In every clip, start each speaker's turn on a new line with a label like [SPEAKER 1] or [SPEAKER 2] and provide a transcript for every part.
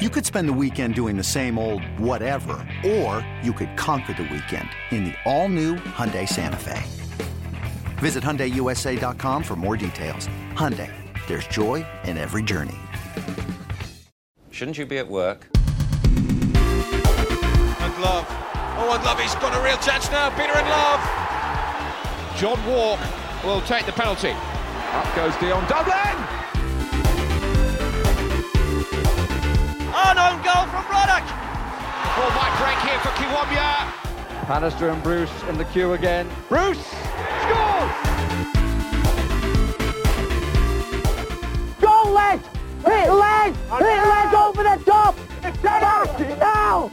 [SPEAKER 1] You could spend the weekend doing the same old whatever, or you could conquer the weekend in the all-new Hyundai Santa Fe. Visit HyundaiUSA.com for more details. Hyundai, there's joy in every journey.
[SPEAKER 2] Shouldn't you be at work?
[SPEAKER 3] And Love. Oh, and Love, he's got a real chance now. Peter and Love. John Walk will take the penalty. Up goes Dion Dublin. An own goal from Ruddock. The ball might break here for Kiwamya.
[SPEAKER 4] Bannister and Bruce in the queue again. Bruce scores!
[SPEAKER 5] Go led! Hit led! Hit led over the top! Penalty now!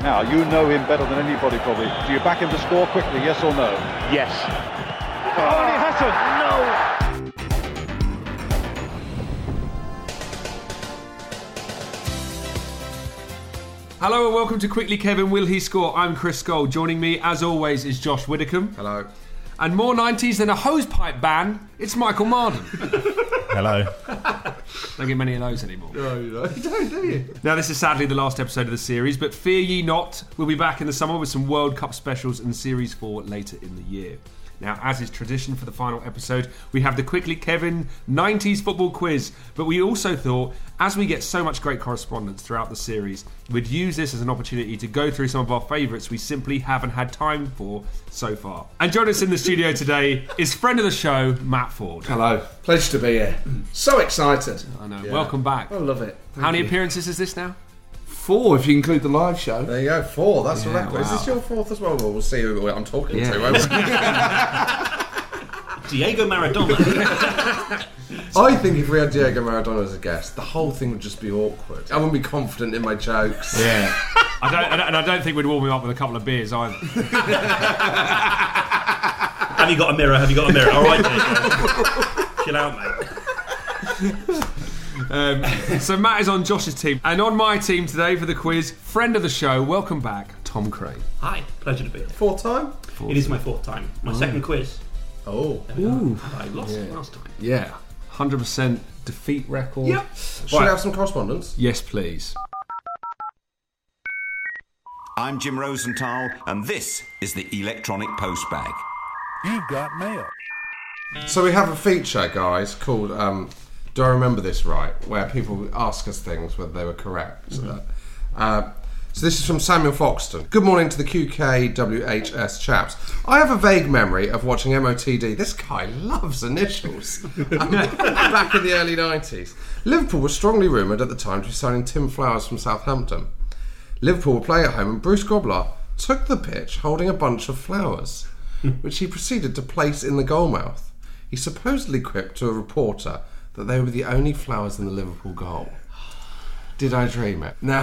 [SPEAKER 6] Now, you know him better than anybody, probably. Do you back him to score quickly, yes or no? Oh,
[SPEAKER 4] Yes.
[SPEAKER 6] Only Hassan!
[SPEAKER 7] Hello and welcome to Quickly Kevin Will He Score? I'm Chris Skull. Joining me, as always, is Josh Widdicombe. Hello. And more 90s than a hosepipe ban, it's Michael Marden.
[SPEAKER 8] Hello.
[SPEAKER 7] Don't get many of those anymore. No, you don't, do you? Now, this is sadly the last episode of the series, but fear ye not, we'll be back in the summer with some World Cup specials and Series 4 later in the year. Now, as is tradition for the final episode, we have the Quickly Kevin 90s football quiz. But we also thought, as we get so much great correspondence throughout the series, we'd use this as an opportunity to go through some of our favourites we simply haven't had time for so far. And joining us in the studio today is friend of the show, Matt Ford.
[SPEAKER 9] Hello, pleasure to be here. So excited.
[SPEAKER 7] I know. Welcome back.
[SPEAKER 9] I love it.
[SPEAKER 7] How many appearances is this now?
[SPEAKER 9] Four, if you include the live show.
[SPEAKER 8] There you go, four. That's the
[SPEAKER 7] Yeah,
[SPEAKER 8] record. Is
[SPEAKER 7] wow.
[SPEAKER 8] this your fourth as well? Well, we'll see who I'm talking
[SPEAKER 7] Yeah.
[SPEAKER 8] to. won't we?
[SPEAKER 10] Diego Maradona.
[SPEAKER 8] I think if we had Diego Maradona as a guest, the whole thing would just be awkward. I wouldn't be confident in my jokes.
[SPEAKER 7] Yeah. I don't, and I- and I don't think we'd warm him up with a couple of beers either.
[SPEAKER 10] Have you got a mirror? Have you got a mirror? All right, Diego. chill out, mate.
[SPEAKER 7] Um, so Matt is on Josh's team, and on my team today for the quiz, friend of the show, welcome back, Tom Crane.
[SPEAKER 10] Hi, pleasure to be here.
[SPEAKER 8] Fourth time?
[SPEAKER 10] It is my fourth time. My second quiz.
[SPEAKER 8] Oh.
[SPEAKER 10] I lost last time.
[SPEAKER 7] Yeah, hundred percent defeat record.
[SPEAKER 10] Yep.
[SPEAKER 8] Should I have some correspondence?
[SPEAKER 7] Yes, please.
[SPEAKER 1] I'm Jim Rosenthal, and this is the Electronic Postbag.
[SPEAKER 8] So we have a feature, guys, called um, Do I Remember This Right? Where people ask us things whether they were correct. Uh, so this is from Samuel Foxton. Good morning to the QKWHS chaps. I have a vague memory of watching MOTD. This guy loves initials. Um, back in the early 90s. Liverpool was strongly rumoured at the time to be signing Tim Flowers from Southampton. Liverpool will play at home, and Bruce Gobler took the pitch holding a bunch of flowers, which he proceeded to place in the goalmouth. He supposedly quipped to a reporter that they were the only flowers in the Liverpool goal. Did I dream it? Now,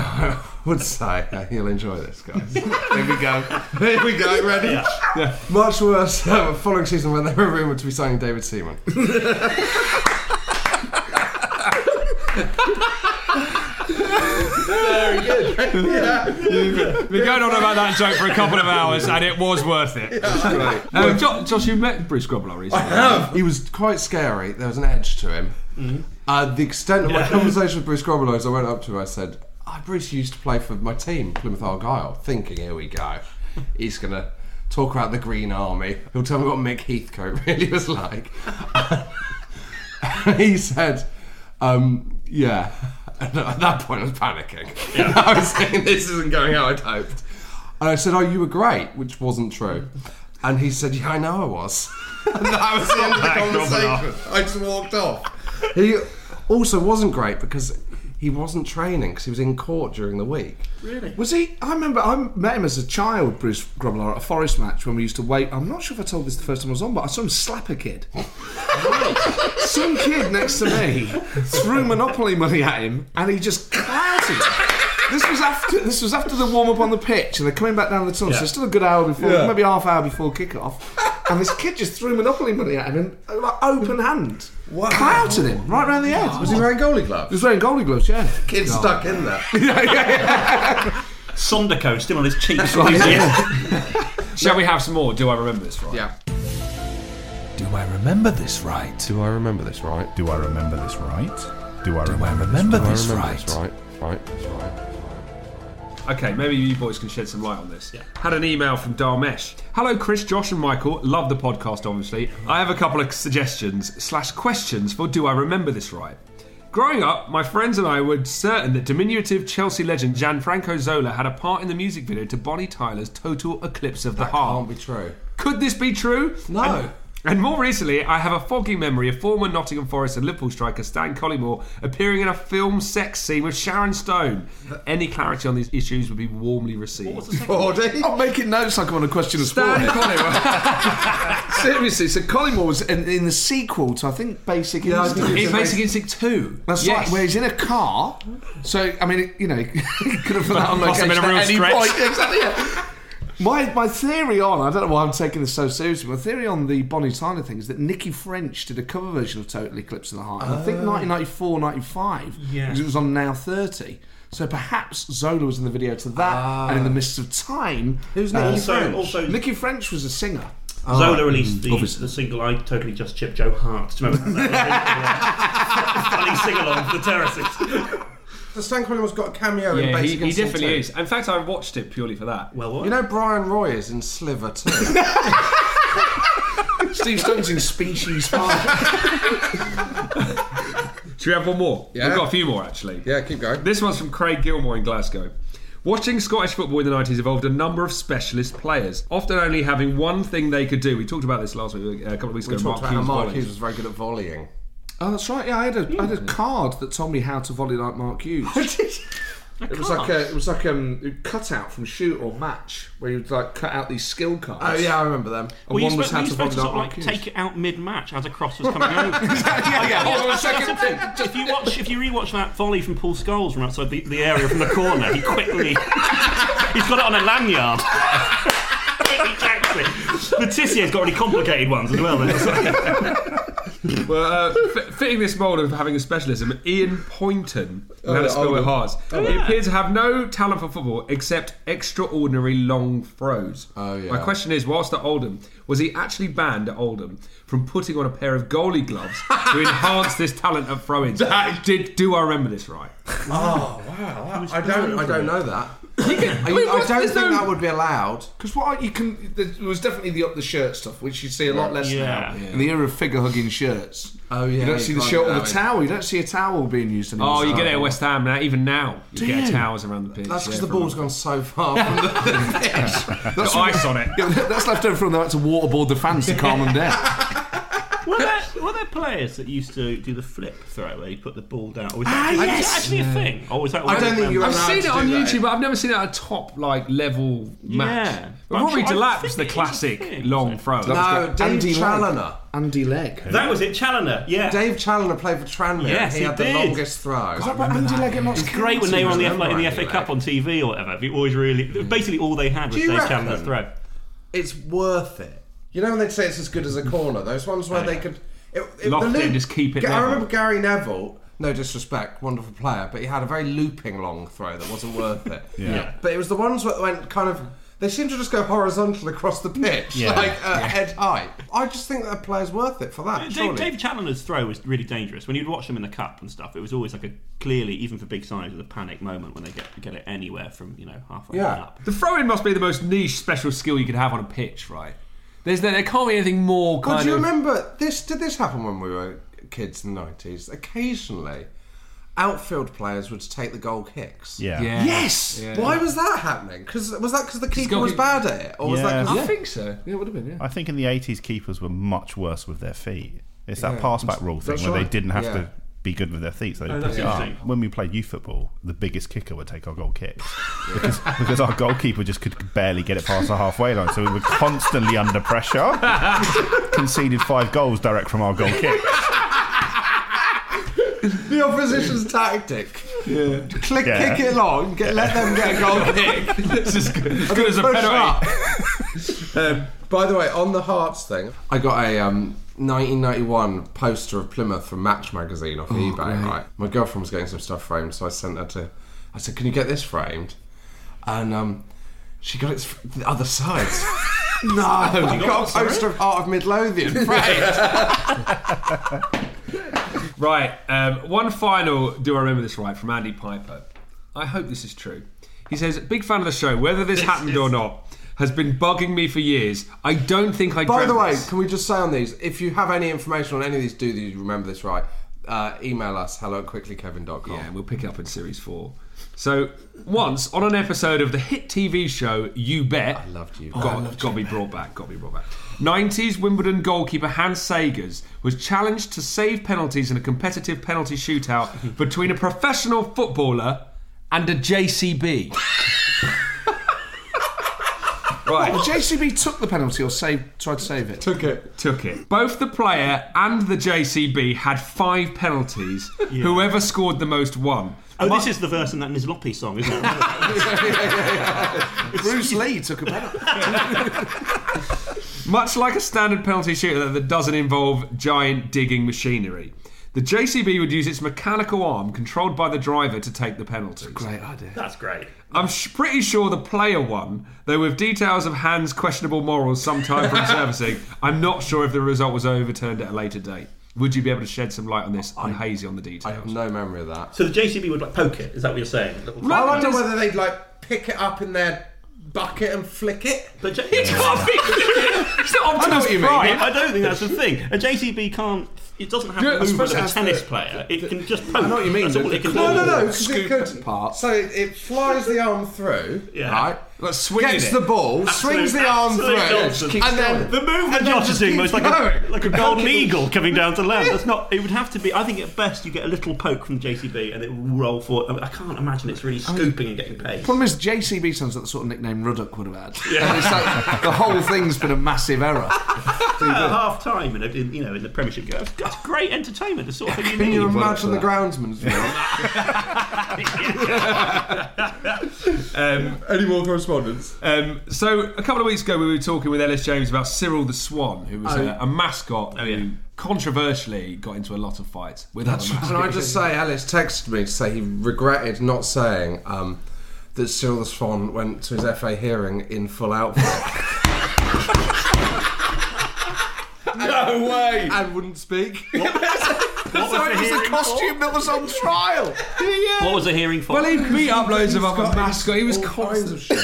[SPEAKER 8] I would say uh, you'll enjoy this, guys. Here we go. Here we go. Ready? Yeah. Much worse uh, following season when they were rumoured to be signing David Seaman.
[SPEAKER 7] We've been going on about that joke for a couple of hours, and it was worth it. Um, Jo- Josh, you met Bruce Grobbelaar recently.
[SPEAKER 8] He was quite scary. There was an edge to him. Uh, the extent of my conversation with Bruce Grobbelaar is I went up to him. I said, "Ah, "Bruce you used to play for my team, Plymouth Argyle." Thinking, here we go. He's gonna talk about the Green Army. He'll tell me what Mick Heathcote really was like. he said, um, "Yeah." And at that point, I was panicking. I was saying, "This isn't going how I'd hoped."
[SPEAKER 11] And I said, "Oh, you were great," which wasn't true. And he said, "Yeah, I know I was." and that was the end of the
[SPEAKER 12] Back off and
[SPEAKER 11] conversation. I just walked off. He also wasn't great because he wasn't training because he was in court during the week.
[SPEAKER 8] Really? Was he? I remember I met him as a child, Bruce Grumlar, at a Forest match when we used to wait. I'm not sure if I told this the first time I was on, but I saw him slap a kid. Some kid next to me threw Monopoly money at him, and he just clouted. him. This was after this was after the warm up on the pitch, and they're coming back down the tunnel.
[SPEAKER 13] Yeah.
[SPEAKER 8] So it's still a good hour before,
[SPEAKER 13] Yeah.
[SPEAKER 8] maybe half hour before kickoff. And this kid just threw Monopoly money at him, and, like open hand, wow. clouted him right round the head. Was he
[SPEAKER 11] wearing goalie gloves?
[SPEAKER 8] He was wearing goalie gloves. Yeah,
[SPEAKER 11] Kid
[SPEAKER 8] God.
[SPEAKER 11] stuck in there.
[SPEAKER 13] Sondercoat still on his cheek.
[SPEAKER 7] That's right, Shall we have some more? Do I remember this right?
[SPEAKER 11] Yeah.
[SPEAKER 14] Do I remember this right?
[SPEAKER 11] Do I remember this right?
[SPEAKER 14] Do I remember this right? Do I remember, this, right?
[SPEAKER 11] right? Right, that's right.
[SPEAKER 7] Okay, maybe you boys can shed some light on this. Had an email from Darmesh. Hello, Chris, Josh, and Michael. Love the podcast, obviously. I have a couple of suggestions slash questions for Do I Remember This Right? Growing up, my friends and I were certain that diminutive Chelsea legend Gianfranco Zola had a part in the music video to Bonnie Tyler's Total Eclipse of the Heart.
[SPEAKER 11] Can't be true.
[SPEAKER 7] Could this be true? No. And, and more recently, I have a foggy memory of former Nottingham Forest and Liverpool striker Stan Collymore appearing in a film sex scene with Sharon Stone. Any clarity on these issues would be warmly received.
[SPEAKER 8] I'm making notes like I'm on a question of sport.
[SPEAKER 7] Stan
[SPEAKER 8] here. Seriously, so Collymore was in, in the sequel to I think Basic
[SPEAKER 7] Yeah, I
[SPEAKER 8] Instinct.
[SPEAKER 7] think it's In Basic Instinct Two.
[SPEAKER 8] That's
[SPEAKER 7] Yes.
[SPEAKER 8] right. Where he's in a car. So I mean, you know, he could have put that on
[SPEAKER 7] Must have
[SPEAKER 8] location
[SPEAKER 7] been a
[SPEAKER 8] at
[SPEAKER 7] real
[SPEAKER 8] any
[SPEAKER 7] stretch.
[SPEAKER 8] point. Exactly. yeah. My, my theory on I don't know why I'm taking this so seriously. My theory on the Bonnie Tyler thing is that Nikki French did a cover version of Total Eclipse of the Heart. And I think
[SPEAKER 13] Oh.
[SPEAKER 8] 1994, 95,
[SPEAKER 13] Yeah.
[SPEAKER 8] because it was on Now 30. So perhaps Zola was in the video to that,
[SPEAKER 7] Ah.
[SPEAKER 8] and in the mists of time,
[SPEAKER 11] who's
[SPEAKER 13] Nikki Also- French? also-
[SPEAKER 8] Nikki French was a singer.
[SPEAKER 13] Zola released the,
[SPEAKER 8] Obviously.
[SPEAKER 13] the single I totally just chipped Joe Hart. Do you remember that? Funny sing along for the terraces.
[SPEAKER 11] So Stan Collins got a cameo in
[SPEAKER 7] Yeah, he,
[SPEAKER 11] Basic
[SPEAKER 7] he
[SPEAKER 11] Instinct
[SPEAKER 7] definitely
[SPEAKER 11] 2.
[SPEAKER 7] is. In fact, I watched it purely for that. Well,
[SPEAKER 11] You know Brian Roy is in Sliver too.
[SPEAKER 8] Steve Stone's in Species Park.
[SPEAKER 7] Should we have one more?
[SPEAKER 8] Yeah.
[SPEAKER 7] We've got a few more actually.
[SPEAKER 11] Yeah, keep going.
[SPEAKER 7] This one's from Craig Gilmore in Glasgow. Watching Scottish football in the 90s involved a number of specialist players, often only having one thing they could do. We talked about this last week, uh, a couple of weeks
[SPEAKER 11] we
[SPEAKER 7] ago.
[SPEAKER 11] talked about
[SPEAKER 7] Mark
[SPEAKER 11] how
[SPEAKER 7] Hughes
[SPEAKER 11] Mark
[SPEAKER 7] volleys.
[SPEAKER 11] Hughes was very good at volleying.
[SPEAKER 8] Oh, that's right. Yeah, I had a, I had a card that told me how to volley like Mark Hughes. It was like a, it was like um, a cutout from shoot or match where you'd like cut out these skill cards.
[SPEAKER 11] Oh, yeah, I remember them.
[SPEAKER 8] And one was how to volley like Mark Hughes.
[SPEAKER 13] take it out mid-match as a cross was coming over.
[SPEAKER 8] yeah, yeah,
[SPEAKER 13] Like,
[SPEAKER 8] on the second
[SPEAKER 13] that's the thing. If you watch, if you rewatch that volley from Paul Scholes from outside the, the area from the corner, he quickly he's got it on a lanyard. exactly. The Tissier's got really complicated ones as well.
[SPEAKER 7] well, uh, fi- fitting this mould of having a specialism, Ian Poynton,
[SPEAKER 13] Oh,
[SPEAKER 7] let
[SPEAKER 13] yeah,
[SPEAKER 7] us spell
[SPEAKER 13] Oldham.
[SPEAKER 7] with hearts.
[SPEAKER 13] Oh,
[SPEAKER 7] He
[SPEAKER 13] yeah.
[SPEAKER 7] appears to have no talent for football except extraordinary long throws. Oh,
[SPEAKER 11] yeah.
[SPEAKER 7] My question is, whilst at Oldham, was he actually banned at Oldham from putting on a pair of goalie gloves to enhance this talent of throw-ins? Did do I remember this right?
[SPEAKER 11] Oh wow! I don't, I don't know that. I,
[SPEAKER 8] Wait,
[SPEAKER 11] I
[SPEAKER 8] what's-
[SPEAKER 11] don't
[SPEAKER 8] there's
[SPEAKER 11] think
[SPEAKER 8] no-
[SPEAKER 11] that would be allowed.
[SPEAKER 8] Because what I- you can, there was definitely the up the shirt stuff, which you see a lot less
[SPEAKER 11] Yeah.
[SPEAKER 8] now.
[SPEAKER 11] Yeah.
[SPEAKER 8] In the era of figure hugging shirts, oh
[SPEAKER 11] yeah,
[SPEAKER 8] you don't
[SPEAKER 11] you
[SPEAKER 8] see the
[SPEAKER 11] can't
[SPEAKER 8] shirt
[SPEAKER 11] do
[SPEAKER 8] or the
[SPEAKER 11] that,
[SPEAKER 8] towel. You don't see a towel being used anymore.
[SPEAKER 7] Oh, you get it at West Ham now. Even now, you
[SPEAKER 8] Do
[SPEAKER 7] get
[SPEAKER 8] you?
[SPEAKER 7] towels around the pitch.
[SPEAKER 11] That's because
[SPEAKER 7] yeah,
[SPEAKER 11] the
[SPEAKER 7] from-
[SPEAKER 11] ball's gone so far from the
[SPEAKER 7] Got ice on it.
[SPEAKER 8] Yeah, that's left over from that to waterboard the fans to calm them down.
[SPEAKER 13] were, there, were there players that used to do the flip throw where you put the ball down? Or was
[SPEAKER 7] Ah,
[SPEAKER 13] that, is that
[SPEAKER 7] yes!
[SPEAKER 13] actually
[SPEAKER 7] Yeah.
[SPEAKER 13] a thing? Or was that
[SPEAKER 7] I don't think
[SPEAKER 13] you
[SPEAKER 7] I've seen it on YouTube, but I've never seen it at a top like level match.
[SPEAKER 13] Yeah.
[SPEAKER 7] But
[SPEAKER 13] I'm
[SPEAKER 7] Rory
[SPEAKER 13] sure- I
[SPEAKER 7] Delap was the classic long throw.
[SPEAKER 11] No, Dave Challoner.
[SPEAKER 8] Andy Legg.
[SPEAKER 13] That was it, Challoner. Yeah.
[SPEAKER 11] Dave Challoner played for Tranmere.
[SPEAKER 13] Yes,
[SPEAKER 11] he,
[SPEAKER 13] he
[SPEAKER 11] had
[SPEAKER 13] did.
[SPEAKER 11] the longest throw.
[SPEAKER 8] Is that about Andy Legg and Notts
[SPEAKER 13] It's great when
[SPEAKER 8] County?
[SPEAKER 13] they were on the, F-
[SPEAKER 11] Remember
[SPEAKER 13] in the
[SPEAKER 11] Andy
[SPEAKER 13] FA Cup on TV or whatever. It always really, basically, all they had
[SPEAKER 11] Do
[SPEAKER 13] was
[SPEAKER 11] you
[SPEAKER 13] Dave
[SPEAKER 11] reckon?
[SPEAKER 13] Chandler's throw.
[SPEAKER 11] It's worth it. You know when they'd say it's as good as a corner. Those ones where they could it,
[SPEAKER 7] Loft
[SPEAKER 11] the
[SPEAKER 7] it and just keep it
[SPEAKER 11] I
[SPEAKER 7] level.
[SPEAKER 11] remember Gary Neville. No disrespect, wonderful player, but he had a very looping long throw that wasn't worth it.
[SPEAKER 13] Yeah. Yeah.
[SPEAKER 11] But it was the ones that went kind of. They seemed to just go horizontal across the pitch,
[SPEAKER 13] Yeah.
[SPEAKER 11] like uh, head high. I just think that a player's worth it for that.
[SPEAKER 13] Dave,
[SPEAKER 11] surely.
[SPEAKER 13] Dave Challoner's throw was really dangerous. When you'd watch them in the cup and stuff, it was always like a clearly, even for big sides, it was a panic moment when they get get it anywhere from you know halfway up.
[SPEAKER 7] The throw in must be the most niche special skill you could have on a pitch, right? There's there, there can't be anything more kind
[SPEAKER 11] Well, do you
[SPEAKER 7] of.
[SPEAKER 11] remember this? Did this happen when we were kids in the nineties? Occasionally,
[SPEAKER 8] outfield players would take the goal kicks.
[SPEAKER 15] Yeah.
[SPEAKER 9] Yeah.
[SPEAKER 8] Yes.
[SPEAKER 9] Yeah.
[SPEAKER 8] Why was that happening? Because was that because the keeper was bad at it, or was that? Cause,
[SPEAKER 9] so. Yeah, it would have been. Yeah.
[SPEAKER 13] I think in the 80s, keepers were much worse with their feet. It's that
[SPEAKER 9] Yeah.
[SPEAKER 13] pass back rule thing
[SPEAKER 9] That's
[SPEAKER 13] where they
[SPEAKER 9] right.
[SPEAKER 13] didn't have
[SPEAKER 9] Yeah.
[SPEAKER 13] to be good with their feet. So they
[SPEAKER 9] Oh,
[SPEAKER 13] picked
[SPEAKER 9] that's
[SPEAKER 13] it up.
[SPEAKER 9] interesting.
[SPEAKER 13] When we played youth football, the biggest kicker would take our goal kicks because, because our goalkeeper just could barely get it past the halfway line. So we were constantly under pressure. Conceded five goals direct from our goal kick.
[SPEAKER 8] the opposition's tactic.
[SPEAKER 9] Yeah.
[SPEAKER 8] Click,
[SPEAKER 13] Yeah.
[SPEAKER 8] kick it long. Get, Let them get a goal kick.
[SPEAKER 9] This is good.
[SPEAKER 8] And then push up. um, by the way, on the Hearts thing, I got a um, 1991 poster of Plymouth from Match magazine off eBay.
[SPEAKER 9] great.
[SPEAKER 8] Right, my girlfriend was getting some stuff framed, so I sent her to. I said, "Can you get this framed?" And um, she got it fr- the other side. no, I
[SPEAKER 3] got
[SPEAKER 8] got
[SPEAKER 3] what,
[SPEAKER 8] a
[SPEAKER 3] sorry?
[SPEAKER 8] poster of Art of Midlothian framed.
[SPEAKER 7] Right, um, one final. Do I remember this right from Andy Piper? I hope this is true. He says, "Big fan of the show. Whether this happened or not, has been bugging me for years. I don't think I."
[SPEAKER 8] By
[SPEAKER 7] dreamt
[SPEAKER 8] the way,
[SPEAKER 7] this."
[SPEAKER 8] can we just say on these, if you have any information on any of these, do you remember this right? Uh, email us hello at quicklykevin.com. Yeah,
[SPEAKER 7] we'll pick it up in series four. So once on an episode of the hit TV show You Bet, I loved you.
[SPEAKER 8] Bet.
[SPEAKER 7] Got,
[SPEAKER 8] I loved
[SPEAKER 7] got to be brought back. Got to be brought back. 90s Wimbledon goalkeeper Hans Sagers was challenged to save penalties in a competitive penalty shootout between a professional footballer and a JCB.
[SPEAKER 9] Right. Well, JCB took the penalty or saved, tried to save it.
[SPEAKER 8] Took it.
[SPEAKER 7] Took it. Both the player and the JCB had five penalties. Whoever scored the most won.
[SPEAKER 10] Oh, this is the verse in that Nisloppy song, isn't it?
[SPEAKER 9] Bruce Lee took a penalty.
[SPEAKER 7] Much like a standard penalty shooter that doesn't involve giant digging machinery, the JCB would use its mechanical arm controlled by the driver to take the penalties.
[SPEAKER 9] Great idea.
[SPEAKER 10] That's great.
[SPEAKER 7] I'm sh- pretty sure the player won, though with details of Hans' questionable morals sometime from servicing, I'm not sure if the result was overturned at a later date. Would you be able to shed some light on this? I'm hazy on the details. I have
[SPEAKER 8] no memory of that.
[SPEAKER 10] So the JCB would like poke it. Is that what you're saying? Little-
[SPEAKER 8] I wonder whether they'd like pick it up in their bucket and flick it.
[SPEAKER 10] But J-
[SPEAKER 8] can't
[SPEAKER 10] flick
[SPEAKER 8] it.
[SPEAKER 7] It's not
[SPEAKER 8] I know what you mean.
[SPEAKER 10] Right, I don't think that's the thing. A JCB can't. It doesn't have
[SPEAKER 8] Yeah, I
[SPEAKER 10] the movement
[SPEAKER 8] suppose it
[SPEAKER 10] of a
[SPEAKER 8] has
[SPEAKER 10] tennis
[SPEAKER 8] the-
[SPEAKER 10] player. It can just poke.
[SPEAKER 9] I know what you mean.
[SPEAKER 10] That's all it can
[SPEAKER 8] No,
[SPEAKER 10] do.
[SPEAKER 8] no, no. Because it could. So it, it flies the arm through,
[SPEAKER 10] Yeah.
[SPEAKER 8] right?
[SPEAKER 7] Let's
[SPEAKER 10] swinging
[SPEAKER 8] Gets
[SPEAKER 10] it.
[SPEAKER 8] the ball,
[SPEAKER 10] Absolute-
[SPEAKER 8] swings the arm
[SPEAKER 10] absolute nonsense.
[SPEAKER 8] through, and then
[SPEAKER 10] the movement
[SPEAKER 8] and then
[SPEAKER 10] Josh is
[SPEAKER 8] just
[SPEAKER 10] doing was
[SPEAKER 8] keeps
[SPEAKER 10] like a,
[SPEAKER 8] going.
[SPEAKER 10] like a golden
[SPEAKER 8] Okay.
[SPEAKER 10] eagle coming down to land. That's not. It would have to be. I think at best you get a little poke from the JCB and it will roll forward. I, mean, I can't imagine it's really scooping and getting paid.
[SPEAKER 9] Problem is, JCB sounds like the sort of nickname Ruddock would have had.
[SPEAKER 10] Yeah.
[SPEAKER 9] And it's like the whole thing's been a massive error.
[SPEAKER 10] At half time, in, a- in, you know, in the Premiership, you go, that's great entertainment. The sort of thing you
[SPEAKER 8] Can
[SPEAKER 10] need.
[SPEAKER 8] you imagine the groundsman's
[SPEAKER 7] Um,
[SPEAKER 8] Any more correspondence?
[SPEAKER 7] Um, so a couple of weeks ago, we were talking with Ellis James about Cyril the Swan, who was
[SPEAKER 8] Oh.
[SPEAKER 7] a, a mascot who controversially got into a lot of fights with
[SPEAKER 8] That's
[SPEAKER 7] other
[SPEAKER 8] right.
[SPEAKER 7] mascots.
[SPEAKER 8] Can I just say, Alice texted me to say he regretted not saying um, that Cyril the Swan went to his FA hearing in full outfit.
[SPEAKER 9] No way.
[SPEAKER 8] And wouldn't speak.
[SPEAKER 9] so it was the costume that was on trial.
[SPEAKER 10] What was the hearing for?
[SPEAKER 7] Well, he beat up loads of other mascots. He was
[SPEAKER 8] kinds
[SPEAKER 7] constant.
[SPEAKER 8] of shit.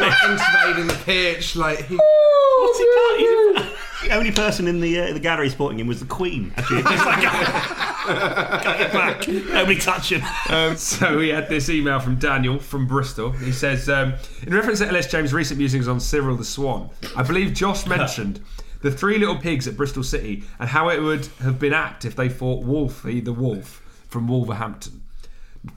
[SPEAKER 8] Like, invading the pitch, like he.
[SPEAKER 10] What's he got? He's- The only person in the uh, the gallery supporting him was the Queen. Actually, it's like, "Can't get back. Nobody touch him.
[SPEAKER 7] Um, so we had this email from Daniel from Bristol. He says, um, in reference to LS James' recent musings on Cyril the Swan, I believe Josh mentioned the three little pigs at Bristol City and how it would have been apt if they fought Wolfie the Wolf from Wolverhampton.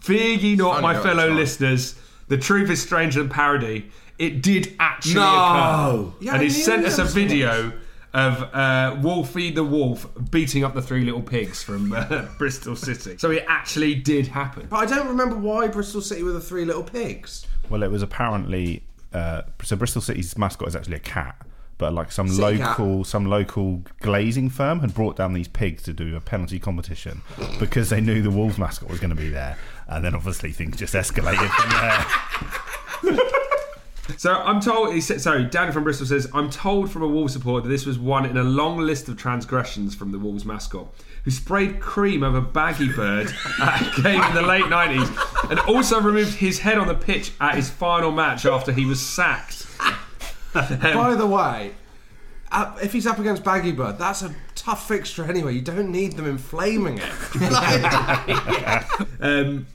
[SPEAKER 7] Fear ye not,
[SPEAKER 8] Funny
[SPEAKER 7] my
[SPEAKER 8] about
[SPEAKER 7] fellow
[SPEAKER 8] this one.
[SPEAKER 7] listeners. The truth is stranger than parody. It did actually
[SPEAKER 8] No.
[SPEAKER 7] occur.
[SPEAKER 8] Yeah,
[SPEAKER 7] and
[SPEAKER 8] I
[SPEAKER 7] he
[SPEAKER 8] knew
[SPEAKER 7] sent us
[SPEAKER 8] that
[SPEAKER 7] a
[SPEAKER 8] was
[SPEAKER 7] video of uh, Wolfie the Wolf beating up the three little pigs from uh, Bristol City. So it actually did happen.
[SPEAKER 8] But I don't remember why Bristol City were the three little pigs.
[SPEAKER 13] Well, it was apparently uh, so. Bristol City's mascot is actually a cat, but like some
[SPEAKER 8] City cat.
[SPEAKER 13] local, some local glazing firm had brought down these pigs to do a penalty competition because they knew the Wolves mascot was going to be there, and then obviously things just escalated from there.
[SPEAKER 7] So I'm told. He said, sorry, Danny from Bristol says I'm told from a Wolves supporter that this was one in a long list of transgressions from the Wolves mascot, who sprayed cream over Baggy Bird at a game in the late '90s, and also removed his head on the pitch at his final match after he was sacked.
[SPEAKER 8] By the way, up, if he's up against Baggy Bird, that's a tough fixture anyway. You don't need them inflaming it.
[SPEAKER 7] Um,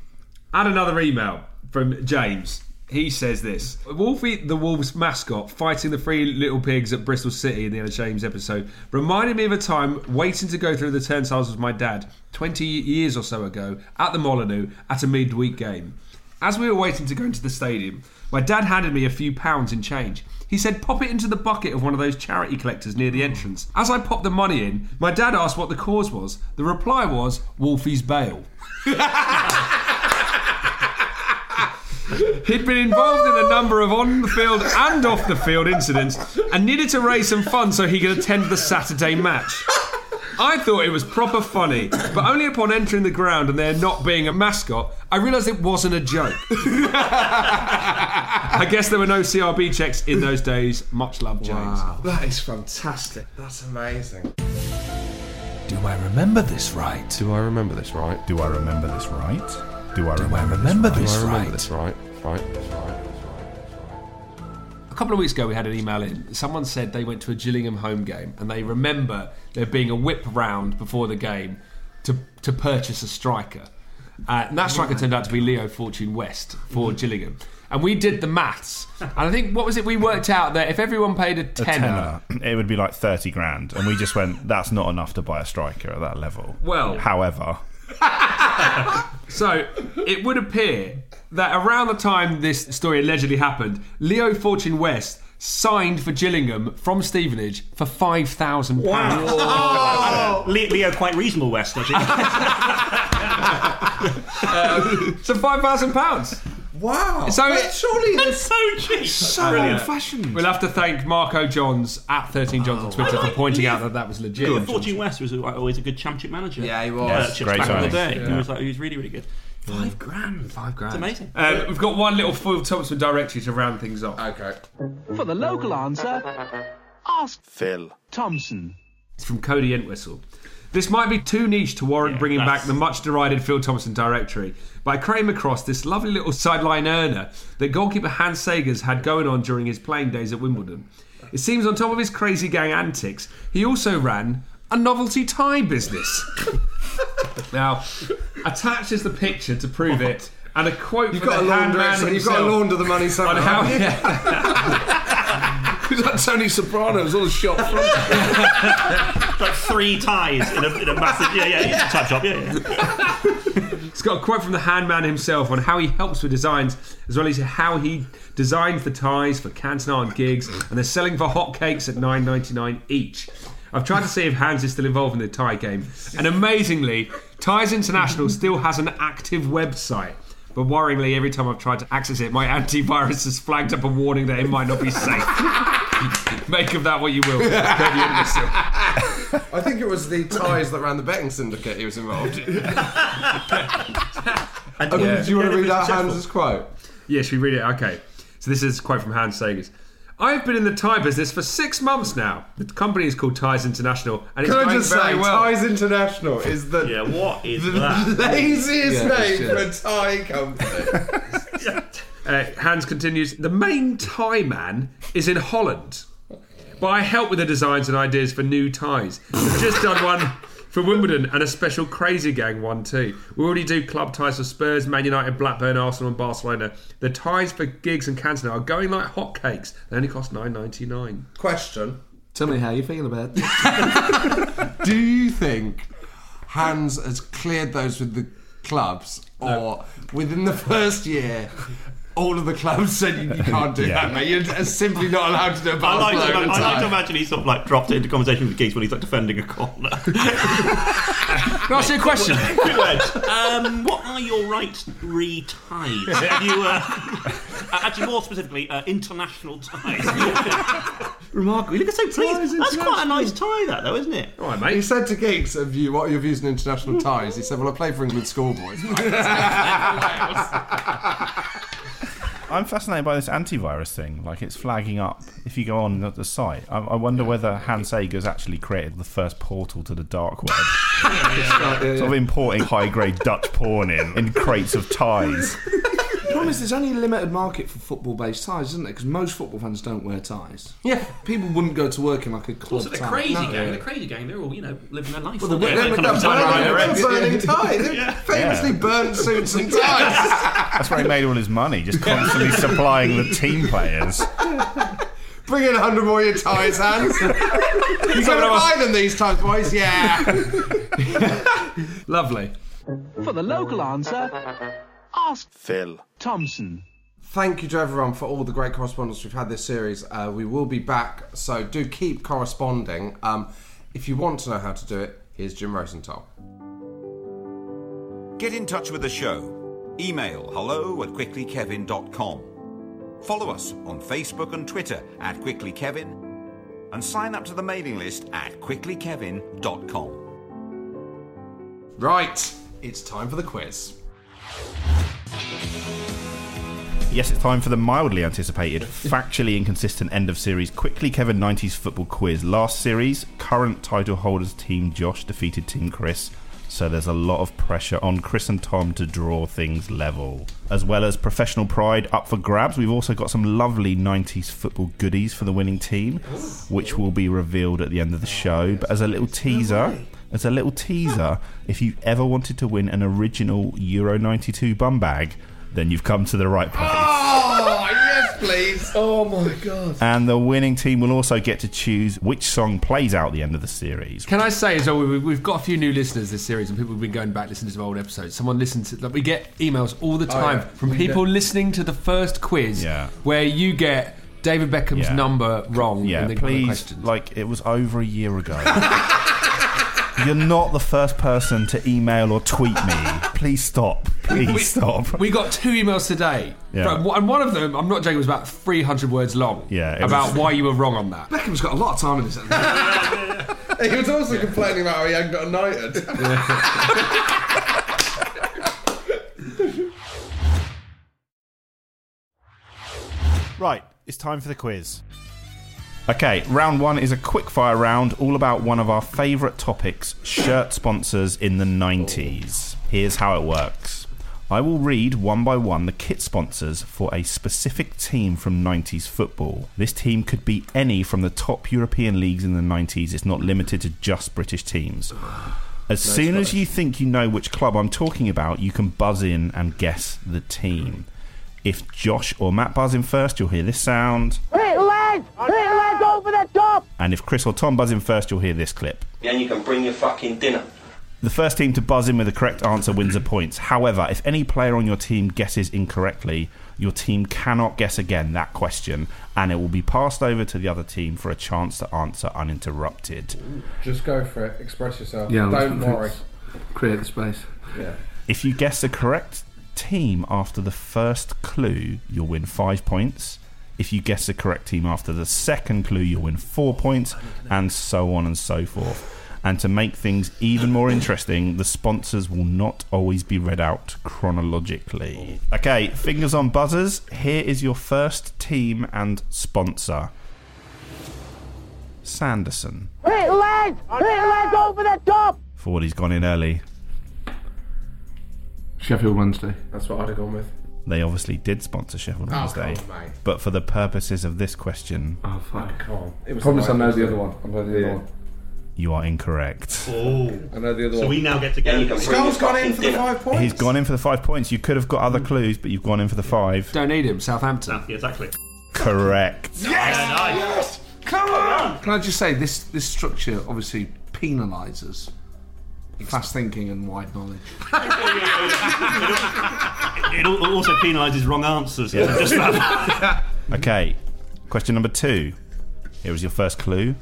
[SPEAKER 7] add another email from James. He says this Wolfie, the Wolves mascot, fighting the three little pigs at Bristol City in the Anna James episode, reminded me of a time waiting to go through the turnstiles with my dad 20 years or so ago at the Molyneux at a midweek game. As we were waiting to go into the stadium, my dad handed me a few pounds in change. He said, Pop it into the bucket of one of those charity collectors near the entrance. As I popped the money in, my dad asked what the cause was. The reply was, Wolfie's bail. He'd been involved in a number of on the field and off the field incidents and needed to raise some funds so he could attend the Saturday match. I thought it was proper funny, but only upon entering the ground and there not being a mascot, I realised it wasn't a joke. I guess there were no CRB checks in those days. Much love, James.
[SPEAKER 8] That is fantastic. That's amazing.
[SPEAKER 7] Do I remember this right?
[SPEAKER 8] Do I remember this right?
[SPEAKER 13] Do I remember this right? Do I remember,
[SPEAKER 8] Do I remember this right? Right, this right.
[SPEAKER 7] A couple of weeks ago, we had an email in. Someone said they went to a Gillingham home game and they remember there being a whip round before the game to, to purchase a striker. Uh, and that striker turned out to be Leo Fortune West for Gillingham. And we did the maths. And I think, what was it? We worked out that if everyone paid a
[SPEAKER 13] A
[SPEAKER 7] tenner.
[SPEAKER 13] tenner. It would be like 30 grand. And we just went, that's not enough to buy a striker at that level.
[SPEAKER 7] Well-
[SPEAKER 13] However,
[SPEAKER 7] So it would appear that around the time this story allegedly happened, Leo Fortune West signed for Gillingham from Stevenage for £5,000.
[SPEAKER 10] Wow. Le- Leo, quite reasonable, West, I think.
[SPEAKER 7] So £5,000.
[SPEAKER 8] Wow.
[SPEAKER 7] So
[SPEAKER 8] But
[SPEAKER 7] it-
[SPEAKER 8] surely
[SPEAKER 10] That's so cheap.
[SPEAKER 9] So
[SPEAKER 7] Brilliant.
[SPEAKER 9] old-fashioned.
[SPEAKER 7] uh, We'll have to thank Marco Johns at 13 Johns on
[SPEAKER 10] Oh.
[SPEAKER 7] Twitter for pointing out that that was legit.
[SPEAKER 10] Good. Fortune West was always a good championship manager.
[SPEAKER 8] Yeah, he was.
[SPEAKER 10] Purchased
[SPEAKER 13] Great
[SPEAKER 10] back in the
[SPEAKER 13] signing.
[SPEAKER 10] day. He,
[SPEAKER 13] Yeah.
[SPEAKER 10] was like, he was really, really good. Five grand.
[SPEAKER 7] Five grand.
[SPEAKER 10] It's amazing.
[SPEAKER 7] Um, we've got one little Foyle Thompson directory to round things off.
[SPEAKER 8] Okay.
[SPEAKER 5] For the local answer, ask
[SPEAKER 13] Phil.
[SPEAKER 5] Thompson.
[SPEAKER 7] It's from Cody Entwistle. This might be too niche to warrant bringing back
[SPEAKER 10] that's-
[SPEAKER 7] the much derided Phil Thompson directory, but I came across this lovely little sideline earner that goalkeeper Hans Sagers had going on during his playing days at Wimbledon. It seems, on top of his crazy gang antics, he also ran a novelty tie business. now, attached is the picture to prove it, and a quote
[SPEAKER 8] You've
[SPEAKER 7] from
[SPEAKER 8] got, a
[SPEAKER 7] the handman
[SPEAKER 8] laundress, you've got to
[SPEAKER 7] himself
[SPEAKER 8] launder the money
[SPEAKER 7] on how.
[SPEAKER 8] somehow.
[SPEAKER 7] yeah.
[SPEAKER 9] It's like Tony Soprano's all the shop front.
[SPEAKER 10] Like three ties in a, in a massive. Yeah, yeah, it's a type shop. Yeah, yeah.
[SPEAKER 7] It's got a quote from the handman himself on how he helps with designs, as well as how he designs the ties for Cantona and gigs, and they're selling for hotcakes at nine ninety nine each. I've tried to see if Hans is still involved in the tie game, and amazingly, Ties International still has an active website. But worryingly, every time I've tried to access it, my antivirus has flagged up a warning that it might not be safe. Make of that what you will. Cody Entwistle.
[SPEAKER 8] I think it was the ties that ran the betting syndicate he was involved in.
[SPEAKER 10] And,
[SPEAKER 8] Oh, Do you
[SPEAKER 10] yeah,
[SPEAKER 8] want to read
[SPEAKER 10] they're
[SPEAKER 8] out
[SPEAKER 10] successful.
[SPEAKER 8] Hans's quote?
[SPEAKER 7] Yes, we read it. Okay. So this is a quote from Hans Sagers. I've been in the tie business for six months now. The company is called Ties International, and it's
[SPEAKER 8] Can I
[SPEAKER 7] going
[SPEAKER 8] just
[SPEAKER 7] very
[SPEAKER 8] say,
[SPEAKER 7] well.
[SPEAKER 8] Ties International is the
[SPEAKER 10] Yeah, what is that?
[SPEAKER 8] the laziest
[SPEAKER 9] Yeah,
[SPEAKER 8] name for a
[SPEAKER 9] shit.
[SPEAKER 8] tie company.
[SPEAKER 7] Uh, Hans continues. The main tie man is in Holland, but I help with the designs and ideas for new ties. We've just done one for Wimbledon and a special Crazy Gang one too. We already do club ties for Spurs, Man United, Blackburn, Arsenal, and Barcelona. The ties for gigs and Cantona are going like hotcakes. They only cost nine ninety nine.
[SPEAKER 8] Question:
[SPEAKER 9] Tell me how you feel about it.
[SPEAKER 8] Do you think Hans has cleared those with the clubs, or within the first year? All of the clubs said you, you can't do
[SPEAKER 13] Yeah.
[SPEAKER 8] that, mate. You're simply not allowed to do a
[SPEAKER 10] I like,
[SPEAKER 8] Barcelona
[SPEAKER 10] to, I like to
[SPEAKER 8] tie.
[SPEAKER 10] imagine he sort of like dropped it into conversation with Giggs when he's like defending a corner.
[SPEAKER 7] Can I ask you a question?
[SPEAKER 10] Quick wedge. Um, what are your rights re-ties? Have you, uh, uh, actually, more specifically, uh, international ties. Remarkable. Look at so pleased. That's quite a nice tie, that though, isn't it?
[SPEAKER 7] All right,
[SPEAKER 8] He
[SPEAKER 7] mate.
[SPEAKER 8] said to Geeks, "Of you, what are your views on international ties?" He said, "Well, I play for England schoolboys."
[SPEAKER 13] I'm fascinated by this antivirus thing. Like, it's flagging up if you go on the- the site. I, I wonder whether Hans Eger's actually created the first portal to the dark web. Sort of importing high grade Dutch porn in, in crates of ties.
[SPEAKER 16] problem is there's only a limited market for football-based ties, isn't there? Because most football fans don't wear ties.
[SPEAKER 17] Yeah,
[SPEAKER 16] people wouldn't go to work in like a club.
[SPEAKER 17] Also, the
[SPEAKER 16] tie.
[SPEAKER 17] crazy
[SPEAKER 16] No.
[SPEAKER 17] gang, the crazy gang, they're all, you know, living their life.
[SPEAKER 16] Well, the-
[SPEAKER 17] Yeah,
[SPEAKER 16] they're-
[SPEAKER 17] they come
[SPEAKER 16] they're
[SPEAKER 17] up to Tyrone
[SPEAKER 16] burning-
[SPEAKER 17] Direct.
[SPEAKER 16] they're burning
[SPEAKER 7] ties. They famously burned suits and ties.
[SPEAKER 13] That's where he made all his money, just constantly supplying the team players.
[SPEAKER 7] Bring in 100 more of your ties, Hans. You're going to buy them these times, boys? Yeah.
[SPEAKER 8] Lovely.
[SPEAKER 18] For the local answer, ask
[SPEAKER 7] Phil.
[SPEAKER 18] Thompson.
[SPEAKER 7] Thank you to everyone for all the great correspondence we've had this series. Uh, we will be back, so do keep corresponding. Um, if you want to know how to do it, here's Jim Rosenthal.
[SPEAKER 1] Get in touch with the show. Email hello at quicklykevin.com. Follow us on Facebook and Twitter at quicklykevin and sign up to the mailing list at quicklykevin.com.
[SPEAKER 7] Right, it's time for the quiz.
[SPEAKER 13] Yes, it's time for the mildly anticipated, factually inconsistent end of series quickly Kevin 90s football quiz. Last series, current title holders Team Josh defeated Team Chris, so there's a lot of pressure on Chris and Tom to draw things level. As well as professional pride up for grabs, we've also got some lovely 90s football goodies for the winning team, which will be revealed at the end of the show. But as a little teaser, as a little teaser, if you ever wanted to win an original Euro 92 bum bag, then you've come to the right place.
[SPEAKER 7] Oh, yes, please.
[SPEAKER 16] Oh, my God.
[SPEAKER 13] And the winning team will also get to choose which song plays out the end of the series.
[SPEAKER 8] Can I say as well, we- we've got a few new listeners this series, and people have been going back listening to old episodes. Someone listens to like, we get emails all the
[SPEAKER 16] Oh,
[SPEAKER 8] time
[SPEAKER 16] yeah.
[SPEAKER 8] from
[SPEAKER 16] We
[SPEAKER 8] people
[SPEAKER 16] do.
[SPEAKER 8] listening to the first quiz, where you get David Beckham's
[SPEAKER 13] Yeah.
[SPEAKER 8] number wrong.
[SPEAKER 13] Yeah,
[SPEAKER 8] in the
[SPEAKER 13] please,
[SPEAKER 8] questions.
[SPEAKER 13] like it was over a year ago. You're not the first person to email or tweet me. Please stop. Please
[SPEAKER 8] We-
[SPEAKER 13] stop.
[SPEAKER 8] We got two emails today,
[SPEAKER 13] Yeah.
[SPEAKER 8] From- and one of them, I'm not joking, was about 300 words long.
[SPEAKER 13] Yeah, it
[SPEAKER 8] about
[SPEAKER 13] was-
[SPEAKER 8] why you were wrong on that.
[SPEAKER 16] Beckham's got a lot of time in this.
[SPEAKER 7] He was also complaining about how he hadn't got knighted.
[SPEAKER 13] Right, it's time for the quiz. Okay, round one is a quick fire round all about one of our favourite topics shirt sponsors in the 90s. Here's how it works I will read one by one the kit sponsors for a specific team from 90s football. This team could be any from the top European leagues in the 90s, it's not limited to just British teams. As
[SPEAKER 19] Nice
[SPEAKER 13] soon as you think you know which club I'm talking about, you can buzz in and guess the team. If Josh or Matt buzz in first, you'll hear this sound.
[SPEAKER 5] Hit lads! Hit lads over the top!
[SPEAKER 13] And if Chris or Tom buzz in first, you'll hear this clip.
[SPEAKER 20] Then you can bring your fucking dinner.
[SPEAKER 13] The first team to buzz in with the correct answer wins the points. However, if any player on your team guesses incorrectly, your team cannot guess again that question, and it will be passed over to the other team for a chance to answer uninterrupted.
[SPEAKER 7] Just go for it. Express yourself.
[SPEAKER 16] Yeah,
[SPEAKER 7] Don't
[SPEAKER 16] let's-
[SPEAKER 7] worry.
[SPEAKER 16] Create the space.
[SPEAKER 7] Yeah.
[SPEAKER 13] If you guess the correct team after the first clue, you'll win five points. If you guess the correct team after the second clue, you'll win four points, and so on and so forth. And to make things even more interesting, the sponsors will not always be read out chronologically. Okay, fingers on buzzers. Here is your first team and sponsor Sanderson.
[SPEAKER 5] Hit lads! Hit lads over the top!
[SPEAKER 13] Forward, he's gone in early.
[SPEAKER 16] Sheffield Wednesday.
[SPEAKER 7] That's what I'd have gone with.
[SPEAKER 13] They obviously did sponsor Sheffield
[SPEAKER 7] Oh,
[SPEAKER 13] Wednesday,
[SPEAKER 7] come on, mate.
[SPEAKER 13] but for the purposes of this question,
[SPEAKER 17] Ah.
[SPEAKER 16] Oh, fuck.
[SPEAKER 7] Come on.
[SPEAKER 16] Promise I
[SPEAKER 7] right
[SPEAKER 16] know the
[SPEAKER 7] one.
[SPEAKER 16] other one. I know the other one.
[SPEAKER 13] you are incorrect.
[SPEAKER 17] Oh.
[SPEAKER 16] I know the other
[SPEAKER 17] So
[SPEAKER 16] one.
[SPEAKER 17] we now get to go.
[SPEAKER 7] Skull's gone in for the five points.
[SPEAKER 13] He's gone in for the five points. You could have got
[SPEAKER 17] Hmm.
[SPEAKER 13] other clues, but you've gone in for the five.
[SPEAKER 8] Don't need him, Southampton.
[SPEAKER 17] Yeah, exactly.
[SPEAKER 13] Correct.
[SPEAKER 8] Yes!
[SPEAKER 16] Come on! Can I just say this? This structure obviously penalises fast thinking and wide knowledge.
[SPEAKER 17] It al- also penalises wrong answers. Yeah. Just that.
[SPEAKER 13] Okay, question number two. Here was your first clue.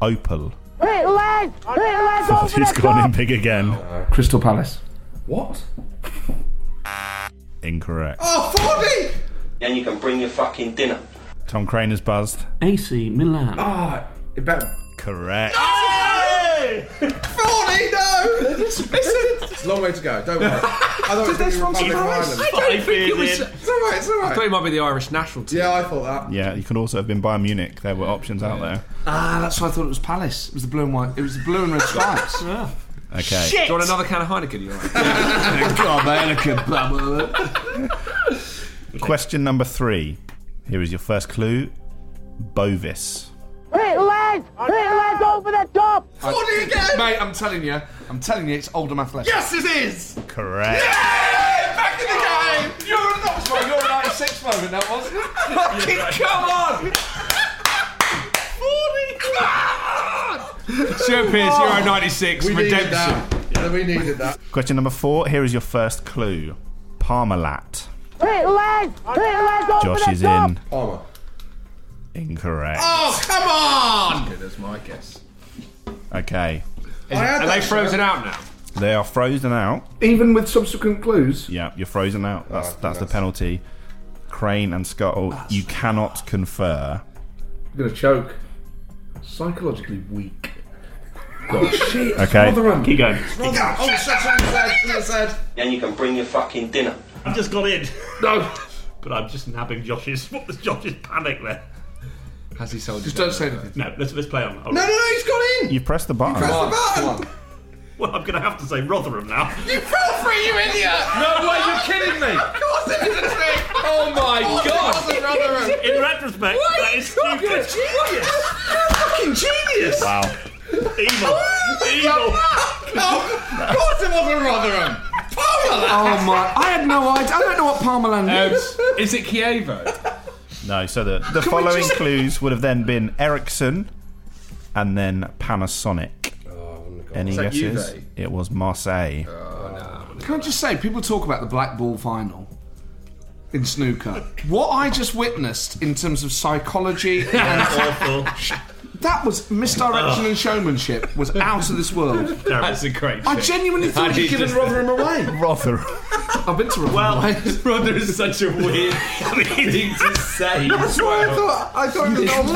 [SPEAKER 13] Opal.
[SPEAKER 5] Hit lads! Hit lads over
[SPEAKER 13] He's
[SPEAKER 5] the
[SPEAKER 13] gone
[SPEAKER 5] top!
[SPEAKER 13] in big again.
[SPEAKER 16] Crystal Palace.
[SPEAKER 7] What?
[SPEAKER 13] Incorrect.
[SPEAKER 7] Oh, 40!
[SPEAKER 20] Then you can bring your fucking dinner.
[SPEAKER 13] Tom Crane has buzzed.
[SPEAKER 17] AC Milan.
[SPEAKER 7] Ah, it better.
[SPEAKER 13] Correct.
[SPEAKER 7] 40, no! it's a long way to go. Don't worry. I
[SPEAKER 16] Did
[SPEAKER 7] thought it was
[SPEAKER 16] this one
[SPEAKER 7] Republic of
[SPEAKER 16] surprise?
[SPEAKER 7] Ireland.
[SPEAKER 16] I don't Five think it years was- in.
[SPEAKER 7] It's alright, it's
[SPEAKER 8] I thought
[SPEAKER 7] alright.
[SPEAKER 8] it might be the Irish national team.
[SPEAKER 7] Yeah, I thought that.
[SPEAKER 13] Yeah, you could also have been Bayern Munich. There were options out there.
[SPEAKER 16] Ah, that's why I thought it was Palace. It was the blue and white. It was the blue and red stripes.
[SPEAKER 13] Okay.
[SPEAKER 8] Do you want another can of Heineken? You're like,
[SPEAKER 16] God, man, I could-
[SPEAKER 13] Question number three. Here is your first clue Bovis.
[SPEAKER 5] Hit legs! Hit legs over the top!
[SPEAKER 8] Corny again! Mate, I'm telling you, I'm telling you, it's Oldham Athletic.
[SPEAKER 5] Yes,
[SPEAKER 8] it is!
[SPEAKER 13] Correct.
[SPEAKER 8] Back in the game! You're that was one of your 96 moment, that was. Fucking come on!
[SPEAKER 7] Stuart Pearce, Euro 96,
[SPEAKER 21] We needed
[SPEAKER 7] redemption.
[SPEAKER 21] that. We needed that.
[SPEAKER 13] Question number four. Here is your first clue Parmalat.
[SPEAKER 5] Hit legs! Hit legs over
[SPEAKER 13] Josh
[SPEAKER 5] the
[SPEAKER 13] is
[SPEAKER 5] top!
[SPEAKER 13] in. Incorrect.
[SPEAKER 21] Oh, come on!
[SPEAKER 8] Okay, that's my guess.
[SPEAKER 13] Okay.
[SPEAKER 8] Is I it- had are that they frozen show. out
[SPEAKER 7] now?
[SPEAKER 13] They are frozen out.
[SPEAKER 8] Even with subsequent clues?
[SPEAKER 13] Yeah, you're frozen out. That's
[SPEAKER 8] Oh,
[SPEAKER 13] that's the
[SPEAKER 8] that's-
[SPEAKER 13] penalty. Crane and Scuttle, you cannot confer.
[SPEAKER 8] I'm gonna choke. Psychologically weak. God, shit.
[SPEAKER 13] Okay.
[SPEAKER 8] Rotherham.
[SPEAKER 13] Keep going.
[SPEAKER 21] Oh, shit, something said, something said.
[SPEAKER 22] Then you can bring your fucking dinner.
[SPEAKER 20] I've just got in. No. But I'm just nabbing Josh's. What was Josh's panic there?
[SPEAKER 8] Has he sold?
[SPEAKER 20] Just don't say anything. No, let's let's play on. Hold
[SPEAKER 21] No,
[SPEAKER 20] on.
[SPEAKER 21] no, no, he's gone in!
[SPEAKER 13] You pressed the button.
[SPEAKER 20] Well, I'm going to have to say Rotherham now.
[SPEAKER 21] You fell free, you idiot!
[SPEAKER 7] No way, you're kidding me!
[SPEAKER 21] Of course it is a mistake!
[SPEAKER 7] Oh my
[SPEAKER 21] Of course it wasn't
[SPEAKER 7] God.
[SPEAKER 21] Rotherham.
[SPEAKER 20] In retrospect,
[SPEAKER 21] Why
[SPEAKER 20] that
[SPEAKER 21] you
[SPEAKER 20] is
[SPEAKER 21] got-
[SPEAKER 20] stupid.
[SPEAKER 21] You're a genius! You're a fucking genius!
[SPEAKER 13] Wow.
[SPEAKER 20] Evil. Evil.
[SPEAKER 21] No, of course it wasn't Rotherham!
[SPEAKER 8] Oh my! I had no idea. I don't know what Parmaland is.
[SPEAKER 7] Um, Is it Kievo?
[SPEAKER 13] No, so the,
[SPEAKER 8] Can we
[SPEAKER 13] the following
[SPEAKER 8] just-
[SPEAKER 13] clues would have then been Ericsson and then Panasonic.
[SPEAKER 8] Oh,
[SPEAKER 13] Any
[SPEAKER 8] Is that
[SPEAKER 13] guesses?
[SPEAKER 8] Juve? Oh.
[SPEAKER 13] It was Marseille.
[SPEAKER 8] Can I just say, people talk about the black ball final in snooker. What I just witnessed in terms of psychology and Sh- That was misdirection and showmanship was out of this world.
[SPEAKER 7] That's a great
[SPEAKER 8] I
[SPEAKER 7] shit.
[SPEAKER 8] genuinely thought
[SPEAKER 7] That
[SPEAKER 8] you'd
[SPEAKER 7] is
[SPEAKER 8] given
[SPEAKER 7] just-
[SPEAKER 8] Rotherham away.
[SPEAKER 13] Rotherham.
[SPEAKER 8] I've been to Rotherham.
[SPEAKER 7] Well, brother is such a weird thing to say.
[SPEAKER 8] That's why I thought- I thought it was an old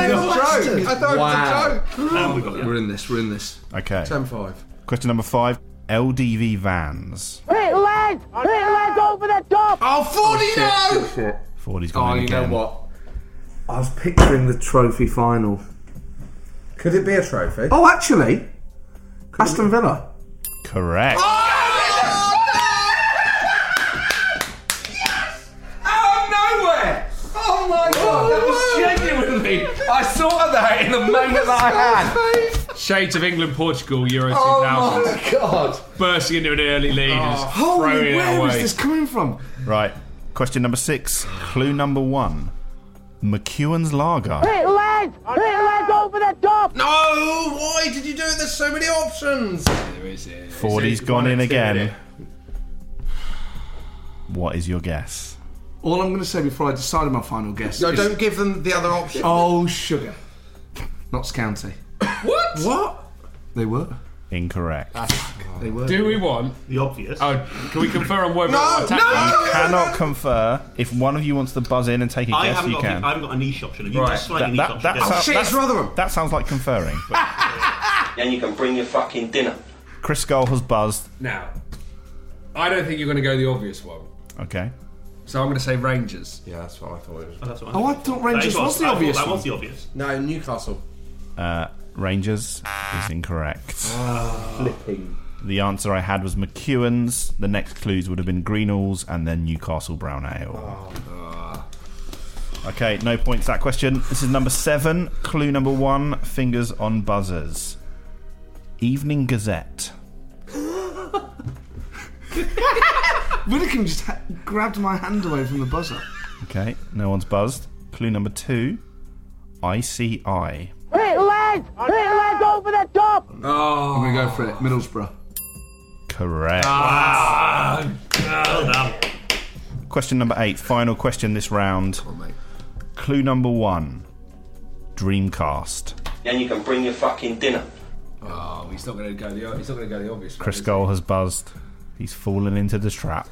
[SPEAKER 8] joke. I thought it was a Wow. joke. Now we got it.
[SPEAKER 13] We're
[SPEAKER 8] in this. We're in this.
[SPEAKER 13] Okay.
[SPEAKER 8] 10-5.
[SPEAKER 13] Question number five LDV Vans.
[SPEAKER 5] Hit legs! Hit legs over the top!
[SPEAKER 8] Oh, 40
[SPEAKER 13] Forty's
[SPEAKER 8] Oh,
[SPEAKER 13] gone in
[SPEAKER 8] you know
[SPEAKER 13] again.
[SPEAKER 8] what? I was picturing the trophy final.
[SPEAKER 21] Could it be a trophy?
[SPEAKER 8] Oh, actually, Aston Villa.
[SPEAKER 13] Correct.
[SPEAKER 8] Ah! Out of nowhere! Oh my god, that was genuinely. I thought of that in the moment that I had.
[SPEAKER 7] Shades of England, Portugal, Euro 2000.
[SPEAKER 8] Oh my god!
[SPEAKER 7] Bursting into an early lead.
[SPEAKER 20] Oh.
[SPEAKER 7] and just throwing
[SPEAKER 8] Holy,
[SPEAKER 7] it
[SPEAKER 8] where
[SPEAKER 7] away.
[SPEAKER 8] is this coming from?
[SPEAKER 13] Right. Question number six. Clue number one. McEwen's Lager.
[SPEAKER 5] Hit legs! Hit legs over the top!
[SPEAKER 21] No! Why did you do it? There's so many options! There is it.
[SPEAKER 13] 40's gone in again. What is your guess?
[SPEAKER 8] All I'm going to say before I decide my final guess.
[SPEAKER 21] No,
[SPEAKER 8] is-
[SPEAKER 21] don't give them the other option.
[SPEAKER 8] Oh, sugar. Notts County.
[SPEAKER 21] What?
[SPEAKER 8] What? They were.
[SPEAKER 13] Incorrect.
[SPEAKER 8] They were.
[SPEAKER 7] Do we want
[SPEAKER 20] the obvious?
[SPEAKER 7] Oh, can we confer on whether
[SPEAKER 20] No,
[SPEAKER 7] attack-
[SPEAKER 13] You cannot confer. If one of you wants to buzz in and take a
[SPEAKER 20] I
[SPEAKER 13] guess,
[SPEAKER 20] haven't
[SPEAKER 13] you
[SPEAKER 20] got.
[SPEAKER 13] can.
[SPEAKER 20] A, I haven't got a niche option. You just
[SPEAKER 13] That,
[SPEAKER 20] slightly
[SPEAKER 13] that, that,
[SPEAKER 20] niche option.
[SPEAKER 13] sounds- that's- that sounds like conferring. but-
[SPEAKER 22] Then you can bring your fucking dinner.
[SPEAKER 13] Chris Gold has buzzed.
[SPEAKER 7] Now, I don't think you're going to go the obvious one.
[SPEAKER 13] Okay.
[SPEAKER 7] So I'm going to say Rangers.
[SPEAKER 21] Yeah, that's what I thought it was.
[SPEAKER 20] that's what
[SPEAKER 8] Oh, I thought Rangers was the obvious one.
[SPEAKER 20] obvious.
[SPEAKER 21] No, Newcastle.
[SPEAKER 13] Uh, Rangers is incorrect.
[SPEAKER 21] Flipping.
[SPEAKER 13] The answer I had was McEwen's. The next clues would have been Greenall's and then Newcastle Brown Ale. Okay, no points that question. This is number seven. Clue number one fingers on buzzers. Evening Gazette.
[SPEAKER 8] Willikin just ha- grabbed my hand away from the buzzer.
[SPEAKER 13] Okay, no one's buzzed. Clue number two ICI.
[SPEAKER 5] Hit legs! Hit legs over the top!
[SPEAKER 8] Oh. I'm going to go for it. Middlesbrough.
[SPEAKER 13] Correct.
[SPEAKER 20] Ah, Well done.
[SPEAKER 13] Question number eight, final question this round. Clue number one Dreamcast.
[SPEAKER 22] Then you can bring your fucking dinner.
[SPEAKER 7] Oh, he's not going to go the he's not going to go the obvious.
[SPEAKER 13] Chris Gold has buzzed. He's fallen into the trap.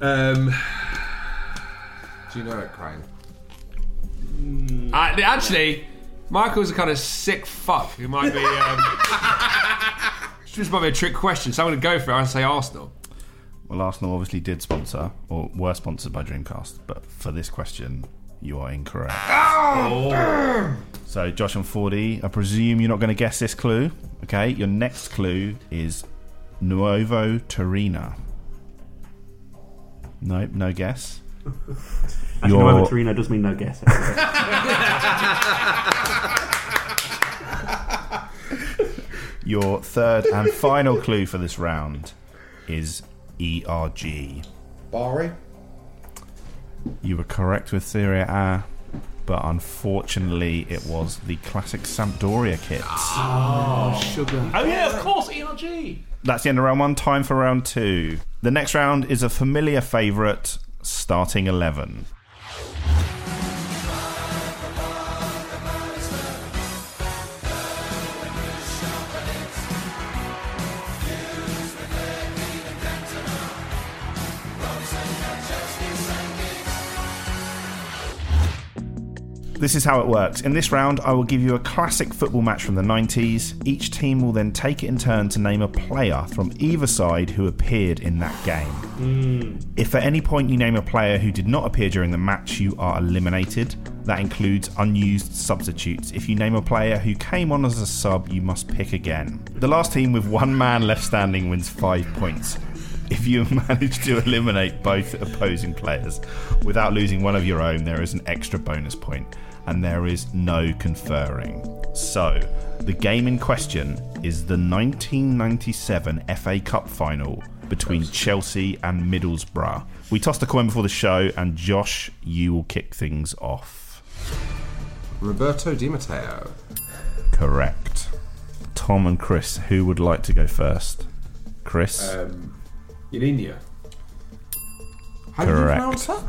[SPEAKER 7] Um,
[SPEAKER 21] Do you know it, Crane?
[SPEAKER 7] I, actually, Michael's a kind of sick fuck who might be. Um, this might be a trick question, so I'm going to go for it. I say Arsenal.
[SPEAKER 13] Well, Arsenal obviously did sponsor, or were sponsored by Dreamcast, but for this question, you are incorrect.
[SPEAKER 10] Oh,
[SPEAKER 13] So, Josh and 4D, I presume you're not going to guess this clue. Okay, your next clue is Nuovo Torino. Nope, no guess.
[SPEAKER 10] Actually, no, Ivan Torino does mean no guess.
[SPEAKER 13] Your third and final clue for this round is E ERG.
[SPEAKER 8] Bari?
[SPEAKER 13] You were correct with Serie A, but unfortunately it was the classic Sampdoria kit.
[SPEAKER 7] Oh,
[SPEAKER 9] sugar.
[SPEAKER 7] Oh, yeah, of course, ERG.
[SPEAKER 13] That's the end of round one. Time for round two. The next round is a familiar favourite, starting 11. This is how it works. In this round, I will give you a classic football match from the 90s. Each team will then take it in turn to name a player from either side who appeared in that game. If at any point you name a player who did not appear during the match, you are eliminated. That includes unused substitutes. If you name a player who came on as a sub, you must pick again. The last team with one man left standing wins five points. If you manage to eliminate both opposing players without losing one of your own, there is an extra bonus point, and there is no conferring. So, the game in question is the 1997 FA Cup final between Chelsea and Middlesbrough. We tossed a coin before the show, and Josh, you will kick things off.
[SPEAKER 8] Roberto Di Matteo.
[SPEAKER 13] Correct. Tom and Chris, who would like to go first? Chris?
[SPEAKER 7] Um, Juninho.
[SPEAKER 13] How do you Correct.
[SPEAKER 7] pronounce that?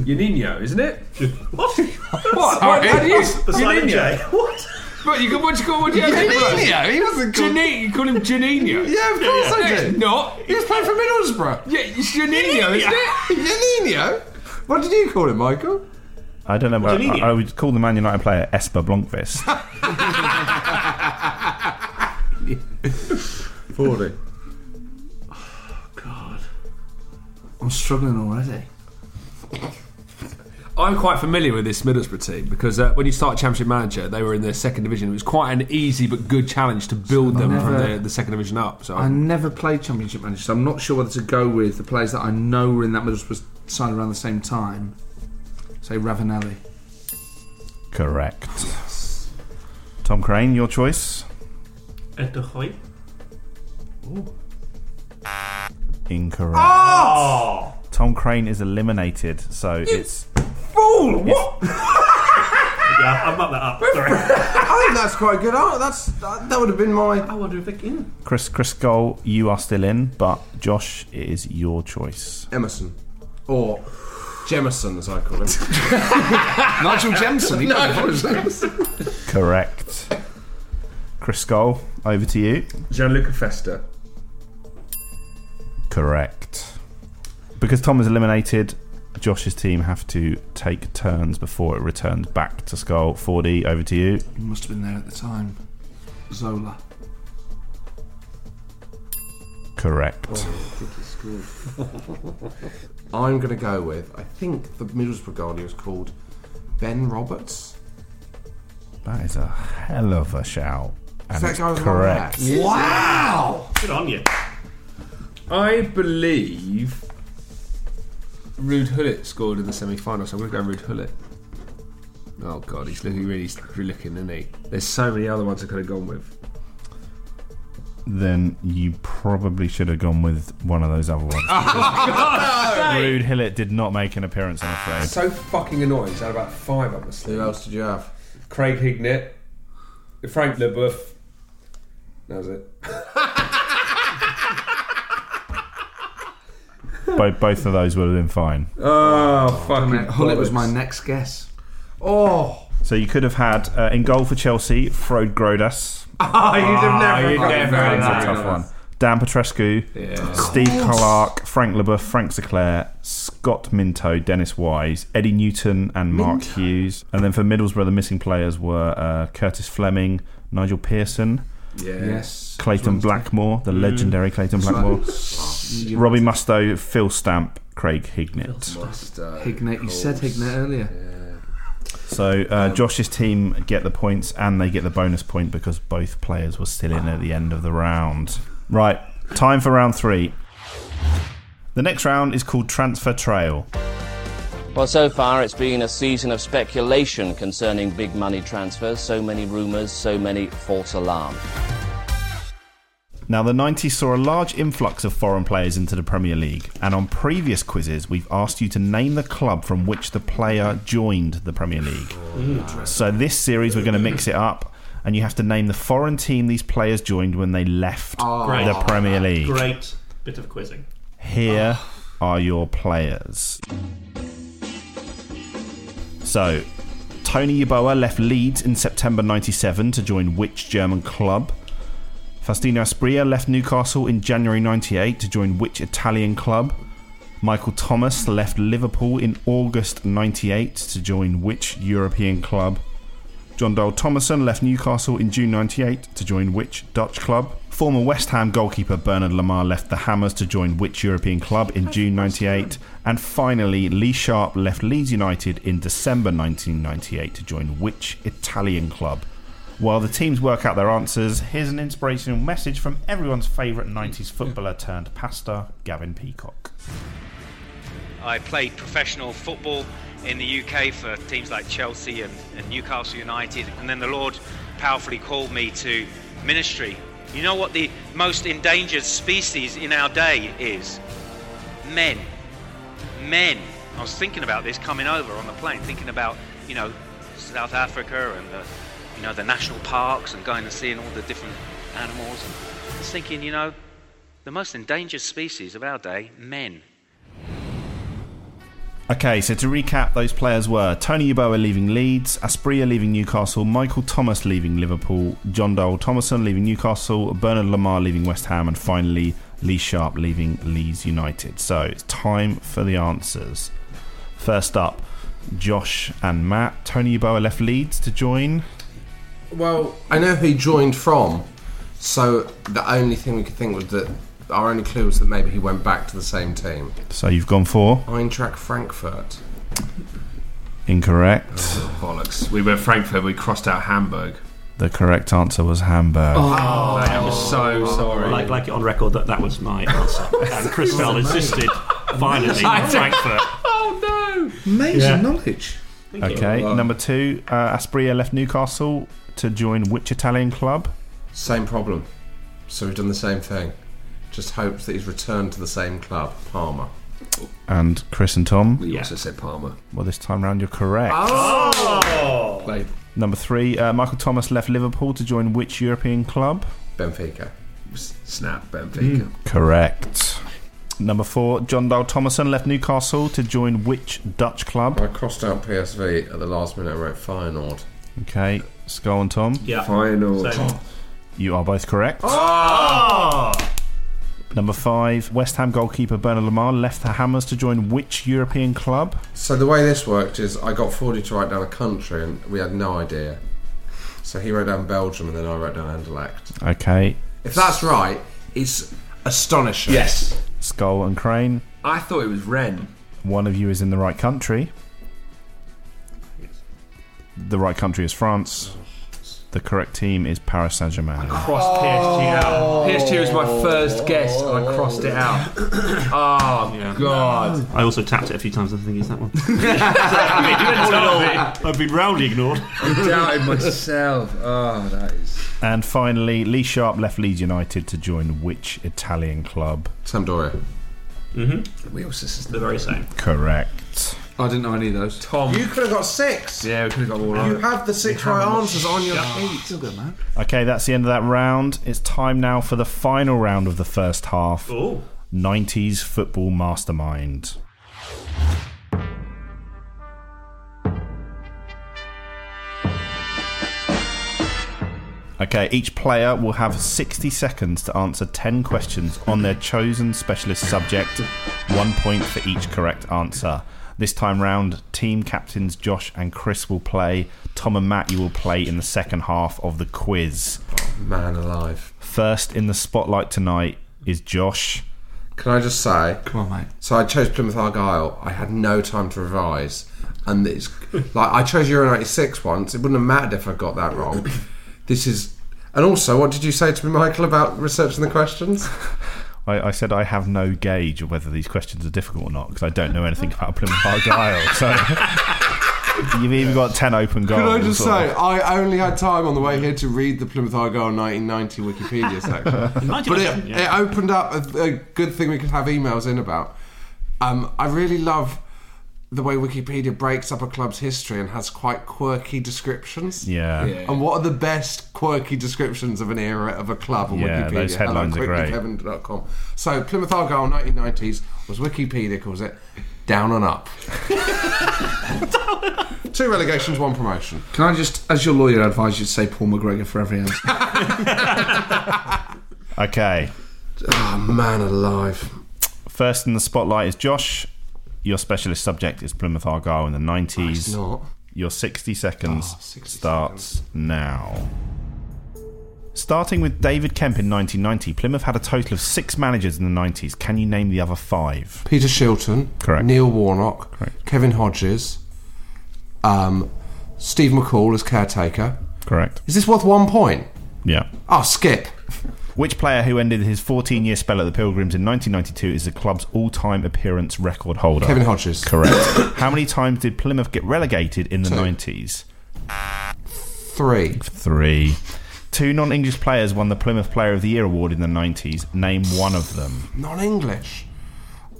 [SPEAKER 7] Juninho, isn't it? what? what?
[SPEAKER 8] Sorry.
[SPEAKER 7] How do you?
[SPEAKER 8] The silent
[SPEAKER 7] Juninho.
[SPEAKER 8] J.
[SPEAKER 7] What? What you? What you call? What you?
[SPEAKER 8] Juninho, he wasn't called-
[SPEAKER 7] Juninho. You call him Juninho.
[SPEAKER 8] Yeah, of course
[SPEAKER 7] No,
[SPEAKER 8] I
[SPEAKER 7] it's
[SPEAKER 8] did.
[SPEAKER 7] Not.
[SPEAKER 8] He was playing for Middlesbrough.
[SPEAKER 7] Yeah, it's Juninho, isn't it?
[SPEAKER 8] Janino? What did you call him, Michael?
[SPEAKER 13] I don't know. But I,
[SPEAKER 8] Janino.
[SPEAKER 13] I would call the Man United player Esper Blomqvist.
[SPEAKER 8] 40.
[SPEAKER 9] I'm struggling already.
[SPEAKER 7] I'm quite familiar with this Middlesbrough team because uh, when you start Championship Manager, they were in their second division. It was quite an easy but good challenge to build them from
[SPEAKER 9] never-
[SPEAKER 7] the, the second division up. So
[SPEAKER 9] I never played Championship Manager, so I'm not sure whether to go with the players that I know were in that Middlesbrough side around the same time. Say Ravenelli.
[SPEAKER 13] Correct. Tom Crane, your choice.
[SPEAKER 10] Ed De Hoy.
[SPEAKER 13] Incorrect.
[SPEAKER 10] Oh!
[SPEAKER 13] Tom Crane is eliminated, so it's
[SPEAKER 8] Fool! What?
[SPEAKER 10] Yeah, I've mucked that up. Sorry.
[SPEAKER 8] I think that's quite good. Oh, that's that, that would have been my. I
[SPEAKER 10] wonder if they can.
[SPEAKER 13] Chris Chris Goal. You are still in, but Josh, it is your choice.
[SPEAKER 8] Emerson, or Jemison, as I call him.
[SPEAKER 9] Nigel Jemison. He
[SPEAKER 8] Nigel
[SPEAKER 13] Correct. Chris Goal, over to you.
[SPEAKER 7] Gianluca Festa.
[SPEAKER 13] Correct. Because Tom is eliminated, Josh's team have to take turns before it returns back to Skull. 4D, over to you.
[SPEAKER 9] He must have been there at the time. Zola.
[SPEAKER 13] Correct.
[SPEAKER 8] I'm going to go with. I think the Middlesbrough goalie was called Ben Roberts.
[SPEAKER 13] That is a hell of a shout. And
[SPEAKER 8] So that
[SPEAKER 13] it's
[SPEAKER 8] guy was one of
[SPEAKER 13] correct.
[SPEAKER 8] that. Yeah.
[SPEAKER 7] Wow!
[SPEAKER 10] Good on you.
[SPEAKER 7] I believe Rude Hullet scored in the semi final, so I'm going to go Rude Hullet. Oh, God, he's looking really really looking, isn't he? There's so many other ones I could have gone with.
[SPEAKER 13] Then you probably should have gone with one of those other ones. Rude Hillett did not make an appearance, I'm afraid.
[SPEAKER 7] So fucking annoying. I had about five up my sleeve.
[SPEAKER 8] Who else did you have?
[SPEAKER 7] Craig Hignett, Frank LeBoeuf. That was it.
[SPEAKER 13] Bo- both of those would have been fine.
[SPEAKER 7] Oh, fucking.
[SPEAKER 9] Hullet was
[SPEAKER 7] bollocks.
[SPEAKER 9] my next guess.
[SPEAKER 8] Oh,
[SPEAKER 13] So you could have had uh, in goal for Chelsea, Frode Grodas.
[SPEAKER 7] oh you'd have never.
[SPEAKER 8] you'd
[SPEAKER 7] fucking
[SPEAKER 8] never
[SPEAKER 7] known
[SPEAKER 8] have
[SPEAKER 13] That's a
[SPEAKER 7] that.
[SPEAKER 13] tough one. Dan Petrescu,
[SPEAKER 7] Yeah.
[SPEAKER 13] Steve
[SPEAKER 7] Of course.
[SPEAKER 13] Clark, Frank LeBeuf, Frank Sinclair, Scott Minto, Dennis Wise, Eddie Newton, and Mark Hughes. And then for Middlesbrough, the missing players were uh, Curtis Fleming, Nigel Pearson,
[SPEAKER 9] Yes.
[SPEAKER 13] Clayton Blackmore, the
[SPEAKER 9] Mm.
[SPEAKER 13] legendary Clayton
[SPEAKER 9] That's
[SPEAKER 13] Blackmore,
[SPEAKER 9] right.
[SPEAKER 13] Robbie Musto, Phil Stamp, Craig Hignett.
[SPEAKER 9] Hignett. You said Hignett earlier.
[SPEAKER 13] So uh, Josh's team get the points and they get the bonus point because both players were still in at the end of the round. Right, time for round three. The The next round is called Transfer Trail.
[SPEAKER 22] Well, so far it's been a season of speculation concerning big money transfers, so many rumours, so many false alarms.
[SPEAKER 13] Now, the 90s saw a large influx of foreign players into the Premier League, and on previous quizzes, we've asked you to name the club from which the player joined the Premier League.
[SPEAKER 7] Ooh.
[SPEAKER 13] So, this series, we're going to mix it up, and you have to name the foreign team these players joined when they left
[SPEAKER 10] Great.
[SPEAKER 13] the Premier League.
[SPEAKER 10] Great bit of quizzing.
[SPEAKER 13] Here are your players. So, Tony Yeboah left Leeds in September 97 to join which German club? Faustino Asprilla left Newcastle in January 98 to join which Italian club? Michael Thomas left Liverpool in August 98 to join which European club? John Dole Thomason left Newcastle in June 98 to join which Dutch club? Former West Ham goalkeeper Bernard Lamar left the Hammers to join which European club in June 98? And finally, Lee Sharp left Leeds United in December 1998 to join which Italian club? While the teams work out their answers, here's an inspirational message from everyone's favourite 90s footballer turned pastor, Gavin Peacock.
[SPEAKER 20] I played professional football in the UK for teams like Chelsea and, and Newcastle United, and then the Lord powerfully called me to ministry. You know what the most endangered species in our day is? Men. Men. I was thinking about this coming over on the plane, thinking about, you know, South Africa and the, you know, the national parks and going and seeing all the different animals. I was thinking, you know, the most endangered species of our day, men.
[SPEAKER 13] Okay, so to recap, those players were Tony Yeboah leaving Leeds, Asprilla leaving Newcastle, Michael Thomas leaving Liverpool, John Dole Thomason leaving Newcastle, Bernard Lamar leaving West Ham, and finally Lee Sharp leaving Leeds United. So it's time for the answers. First up, Josh and Matt. Tony Yeboah left Leeds to join.
[SPEAKER 8] Well, I know who he joined from, so the only thing we could think was that our only clue was that maybe he went back to the same team.
[SPEAKER 13] So you've gone for
[SPEAKER 8] Eintracht Frankfurt.
[SPEAKER 13] incorrect.
[SPEAKER 7] Bollocks. We went Frankfurt, we crossed out Hamburg.
[SPEAKER 13] The correct answer was Hamburg.
[SPEAKER 7] Mate, I was so sorry.
[SPEAKER 10] Like, like it on record that that was my answer. and Chris Bell insisted violently on Frankfurt.
[SPEAKER 9] Oh no! Amazing
[SPEAKER 13] Yeah.
[SPEAKER 9] knowledge.
[SPEAKER 13] Okay, number two, uh, Asprilla left Newcastle to join which Italian club?
[SPEAKER 8] Same problem. So we've done the same thing. Just hopes that he's returned to the same club, Parma.
[SPEAKER 13] And Chris and Tom.
[SPEAKER 8] We also said Parma.
[SPEAKER 13] Well, this time round, you're correct.
[SPEAKER 8] Oh!
[SPEAKER 13] Number three, uh, Michael Thomas left Liverpool to join which European club?
[SPEAKER 8] Benfica. S-
[SPEAKER 7] Snap, Benfica.
[SPEAKER 8] Mm.
[SPEAKER 13] Correct. Number four, John Dale Thomason left Newcastle to join which Dutch club?
[SPEAKER 8] I crossed out PSV at the last minute and wrote Feyenoord.
[SPEAKER 13] Okay, Skull and Tom.
[SPEAKER 8] Yeah. Feyenoord. Same.
[SPEAKER 13] You are both correct.
[SPEAKER 7] Oh.
[SPEAKER 13] Number five, West Ham goalkeeper Bernard Lamar left the Hammers to join which European club?
[SPEAKER 8] So the way this worked is I got 40 to write down a country and we had no idea. So he wrote down Belgium and then I wrote down Anderlecht.
[SPEAKER 13] Okay,
[SPEAKER 8] If that's right, it's astonishing.
[SPEAKER 13] Yes. Skull and Crane.
[SPEAKER 7] I thought it was Ren.
[SPEAKER 13] One of you is in the right country. The right country is France. The correct team is Paris Saint Germain.
[SPEAKER 7] Crossed PSG out. PSG was my first guess, and I crossed it out. Oh, God.
[SPEAKER 10] I also tapped it a few times. I think is that one.
[SPEAKER 7] All in all,
[SPEAKER 10] I've been roundly ignored.
[SPEAKER 7] I doubted myself.
[SPEAKER 8] Ah,
[SPEAKER 7] Oh, that is.
[SPEAKER 13] And finally, Lee Sharp left Leeds United to join which Italian club?
[SPEAKER 8] Sampdoria.
[SPEAKER 10] Mm-hmm. We also the very same.
[SPEAKER 13] Correct.
[SPEAKER 9] I didn't know any of those.
[SPEAKER 7] Tom.
[SPEAKER 8] You could have got six.
[SPEAKER 7] Yeah, we could have got all
[SPEAKER 8] You have the six right answers on your sheet.
[SPEAKER 9] Still good, man.
[SPEAKER 13] Okay, that's the end of that round. It's time now for the final round of the first half.
[SPEAKER 10] Ooh.
[SPEAKER 13] 90s football mastermind. Okay, each player will have 60 seconds to answer 10 questions on their chosen specialist subject, one point for each correct answer. This time round, team captains Josh and Chris will play. Tom and Matt, you will play in the second half of the quiz.
[SPEAKER 8] Man alive.
[SPEAKER 13] First in the spotlight tonight is Josh.
[SPEAKER 8] Can I just say?
[SPEAKER 9] Come on, mate.
[SPEAKER 8] So I chose Plymouth Argyle. I had no time to revise, and it's like I chose Euro '96 once. It wouldn't have mattered if I got that wrong. This is, and also, what did you say to me, Michael, about researching the questions?
[SPEAKER 13] I, I said I have no gauge of whether these questions are difficult or not because I don't know anything about Plymouth Argyle. So you've even got ten open goals.
[SPEAKER 8] Could I just
[SPEAKER 13] or-
[SPEAKER 8] say, I only had time on the way here to read the Plymouth Argyle 1990 Wikipedia section. but it,
[SPEAKER 10] 1990, yeah.
[SPEAKER 8] it opened up a, a good thing we could have emails in about. Um, I really love the way Wikipedia breaks up a club's history and has quite quirky descriptions.
[SPEAKER 13] Yeah. Yeah.
[SPEAKER 8] And what are the best quirky descriptions of an era of a club on
[SPEAKER 13] Yeah,
[SPEAKER 8] Wikipedia?
[SPEAKER 13] those headlines
[SPEAKER 8] Hello,
[SPEAKER 13] are great.
[SPEAKER 8] quicklycabin.com. So, Plymouth Argyle 1990s was Wikipedia calls it down and up. Two relegations, one promotion.
[SPEAKER 9] Can I just, as your lawyer, advise you to say Paul McGregor for every answer?
[SPEAKER 13] Okay.
[SPEAKER 8] Oh, man alive.
[SPEAKER 13] First in the spotlight is Josh. Your specialist subject is Plymouth Argyle in the 90s.
[SPEAKER 8] it's not.
[SPEAKER 13] Your 60 seconds starts now. Starting with David Kemp in 1990, Plymouth had a total of six managers in the 90s. Can you name the other five?
[SPEAKER 8] Peter Shilton. Correct. Neil Warnock. Correct. Kevin Hodges. Um, Steve McCall as caretaker.
[SPEAKER 13] Correct.
[SPEAKER 8] Is this worth one point?
[SPEAKER 13] Yeah.
[SPEAKER 8] Oh, skip.
[SPEAKER 13] Which player who ended his 14 year spell at the Pilgrims in 1992 is the club's all time appearance record holder?
[SPEAKER 8] Kevin Hodges.
[SPEAKER 13] Correct. How many times did Plymouth get relegated in the 90s?
[SPEAKER 8] Three.
[SPEAKER 13] Three. Two non English players won the Plymouth Player of the Year award in the 90s. Name one of them.
[SPEAKER 8] Non English.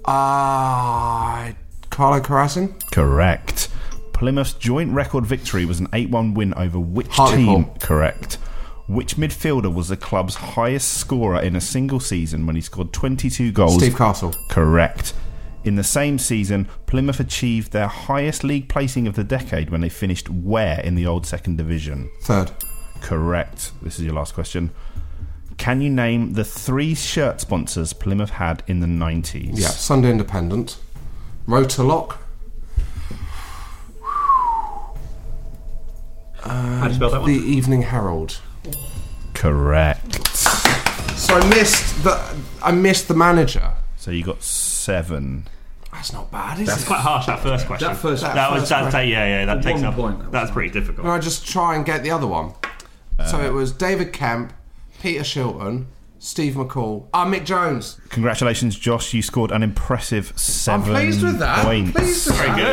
[SPEAKER 8] Uh, Carlo Carassin.
[SPEAKER 13] Correct. Plymouth's joint record victory was an 8 1 win over which
[SPEAKER 8] Hartlepool.
[SPEAKER 13] team? Correct. Which midfielder was the club's highest scorer in a single season when he scored 22 goals?
[SPEAKER 8] Steve Castle.
[SPEAKER 13] Correct. In the same season, Plymouth achieved their highest league placing of the decade when they finished where in the old second division?
[SPEAKER 8] Third.
[SPEAKER 13] Correct. This is your last question. Can you name the three shirt sponsors Plymouth had in the 90s?
[SPEAKER 8] Yeah, Sunday Independent. Rotolock. How
[SPEAKER 13] do you spell that one?
[SPEAKER 8] The Evening Herald.
[SPEAKER 13] Correct.
[SPEAKER 8] So I missed the I missed the manager.
[SPEAKER 13] So you got seven.
[SPEAKER 8] That's not bad, is
[SPEAKER 10] That's
[SPEAKER 8] it?
[SPEAKER 10] quite harsh. That first question.
[SPEAKER 8] That first-
[SPEAKER 10] That,
[SPEAKER 8] that
[SPEAKER 10] was.
[SPEAKER 8] first
[SPEAKER 10] That,
[SPEAKER 8] question.
[SPEAKER 10] yeah, yeah. That
[SPEAKER 8] For
[SPEAKER 10] takes
[SPEAKER 8] one
[SPEAKER 10] up.
[SPEAKER 8] point, that
[SPEAKER 10] that's pretty difficult.
[SPEAKER 8] Can I just try and get the other one? so it was David Kemp, Peter Shilton, Steve McCall, ah Mick Jones.
[SPEAKER 13] Congratulations, Josh. You scored an impressive
[SPEAKER 8] I'm
[SPEAKER 13] seven
[SPEAKER 8] pleased with that.
[SPEAKER 13] points.
[SPEAKER 8] I'm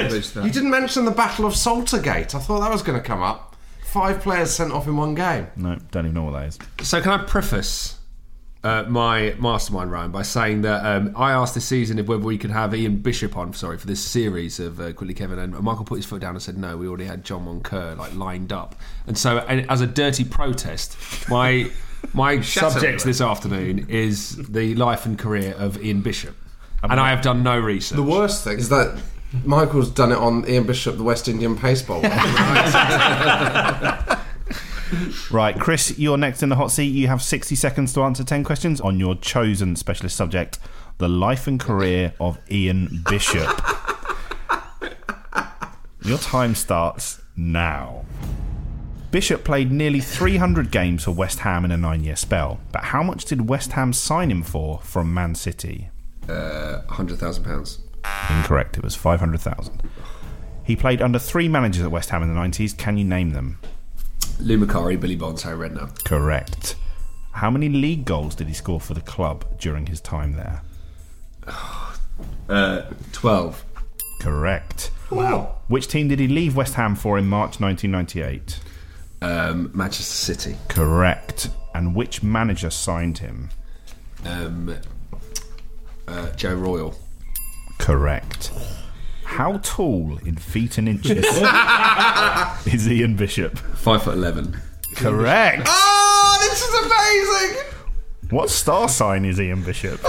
[SPEAKER 8] pleased with that. You didn't mention the Battle of Saltergate. I thought that was going to come up. Five players sent off in one game.
[SPEAKER 13] No, don't even know what that is.
[SPEAKER 3] So can I preface uh, my mastermind round by saying that um, I asked this season if whether we could have Ian Bishop on, sorry, for this series of uh, Quickly Kevin, and Michael put his foot down and said no. We already had John Moncur like lined up, and so and as a dirty protest, my my
[SPEAKER 13] Shat
[SPEAKER 3] subject
[SPEAKER 13] everywhere.
[SPEAKER 3] this afternoon is the life and career of Ian Bishop, and I have done no research.
[SPEAKER 8] The worst thing is that Michael's done it on Ian Bishop, the West Indian Pace Bowl.
[SPEAKER 13] Right, Chris, you're next in the hot seat. You have 60 seconds to answer 10 questions on your chosen specialist subject the life and career of Ian Bishop. your time starts now. Bishop played nearly 300 games for West Ham in a nine year spell, but how much did West Ham sign him for from Man City?
[SPEAKER 3] Uh, hundred thousand pounds.
[SPEAKER 13] Incorrect, it was 500,000. He played under three managers at West Ham in the 90s. Can you name them?
[SPEAKER 3] Lou Macari, Billy Bonds, Harry Redknapp.
[SPEAKER 13] Correct. How many league goals did he score for the club during his time there?
[SPEAKER 3] Uh, 12.
[SPEAKER 13] Correct. Wow. Which team did he leave West Ham for in March 1998?
[SPEAKER 3] Um, Manchester City.
[SPEAKER 13] Correct. And which manager signed him?
[SPEAKER 3] Um, uh, Joe Royal.
[SPEAKER 13] Correct. How tall in feet and inches is Ian Bishop?
[SPEAKER 3] Five foot eleven.
[SPEAKER 13] Correct.
[SPEAKER 8] oh, this is amazing!
[SPEAKER 13] What star sign is Ian Bishop?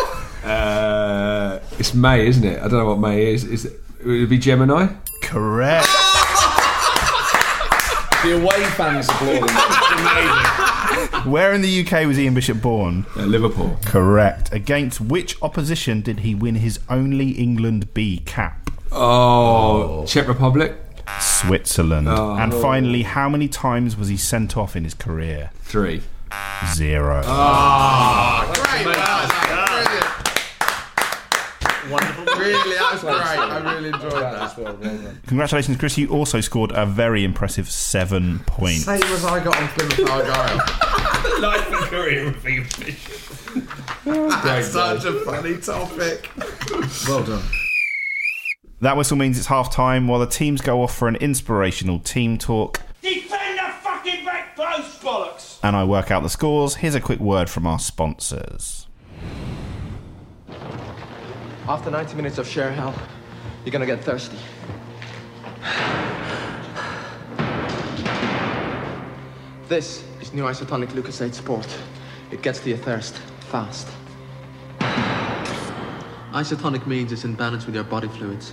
[SPEAKER 3] Uh, it's May, isn't it? I don't know what May is. Is it, would it be Gemini?
[SPEAKER 13] Correct.
[SPEAKER 3] the away fans applauding.
[SPEAKER 13] Where in the UK was Ian Bishop born?
[SPEAKER 3] Liverpool.
[SPEAKER 13] Correct. Against which opposition did he win his only England B cap?
[SPEAKER 3] Oh, Czech Republic.
[SPEAKER 13] Switzerland.
[SPEAKER 3] Oh.
[SPEAKER 13] and finally, how many times was he sent off in his career?
[SPEAKER 3] Three. Oh.
[SPEAKER 13] Zero.
[SPEAKER 8] Ah, great! Well, that was brilliant. Wonderful. Really, that was great. I really enjoyed that. as well.
[SPEAKER 13] Congratulations, Chris. You also scored a very impressive seven points.
[SPEAKER 8] Same as I got on Plymouth Argyle.
[SPEAKER 10] life and career of Ian Bishop.
[SPEAKER 8] That's such a funny topic.
[SPEAKER 23] Well done.
[SPEAKER 13] That whistle means it's half time while the teams go off for an inspirational team talk
[SPEAKER 24] Defend the fucking back post, bollocks!
[SPEAKER 13] and I work out the scores. Here's a quick word from our sponsors.
[SPEAKER 7] After 90 minutes of share hell, you're gonna get thirsty. This is new isotonic Lucasade Sport. It gets to your thirst fast. Isotonic means it's in balance with your body fluids.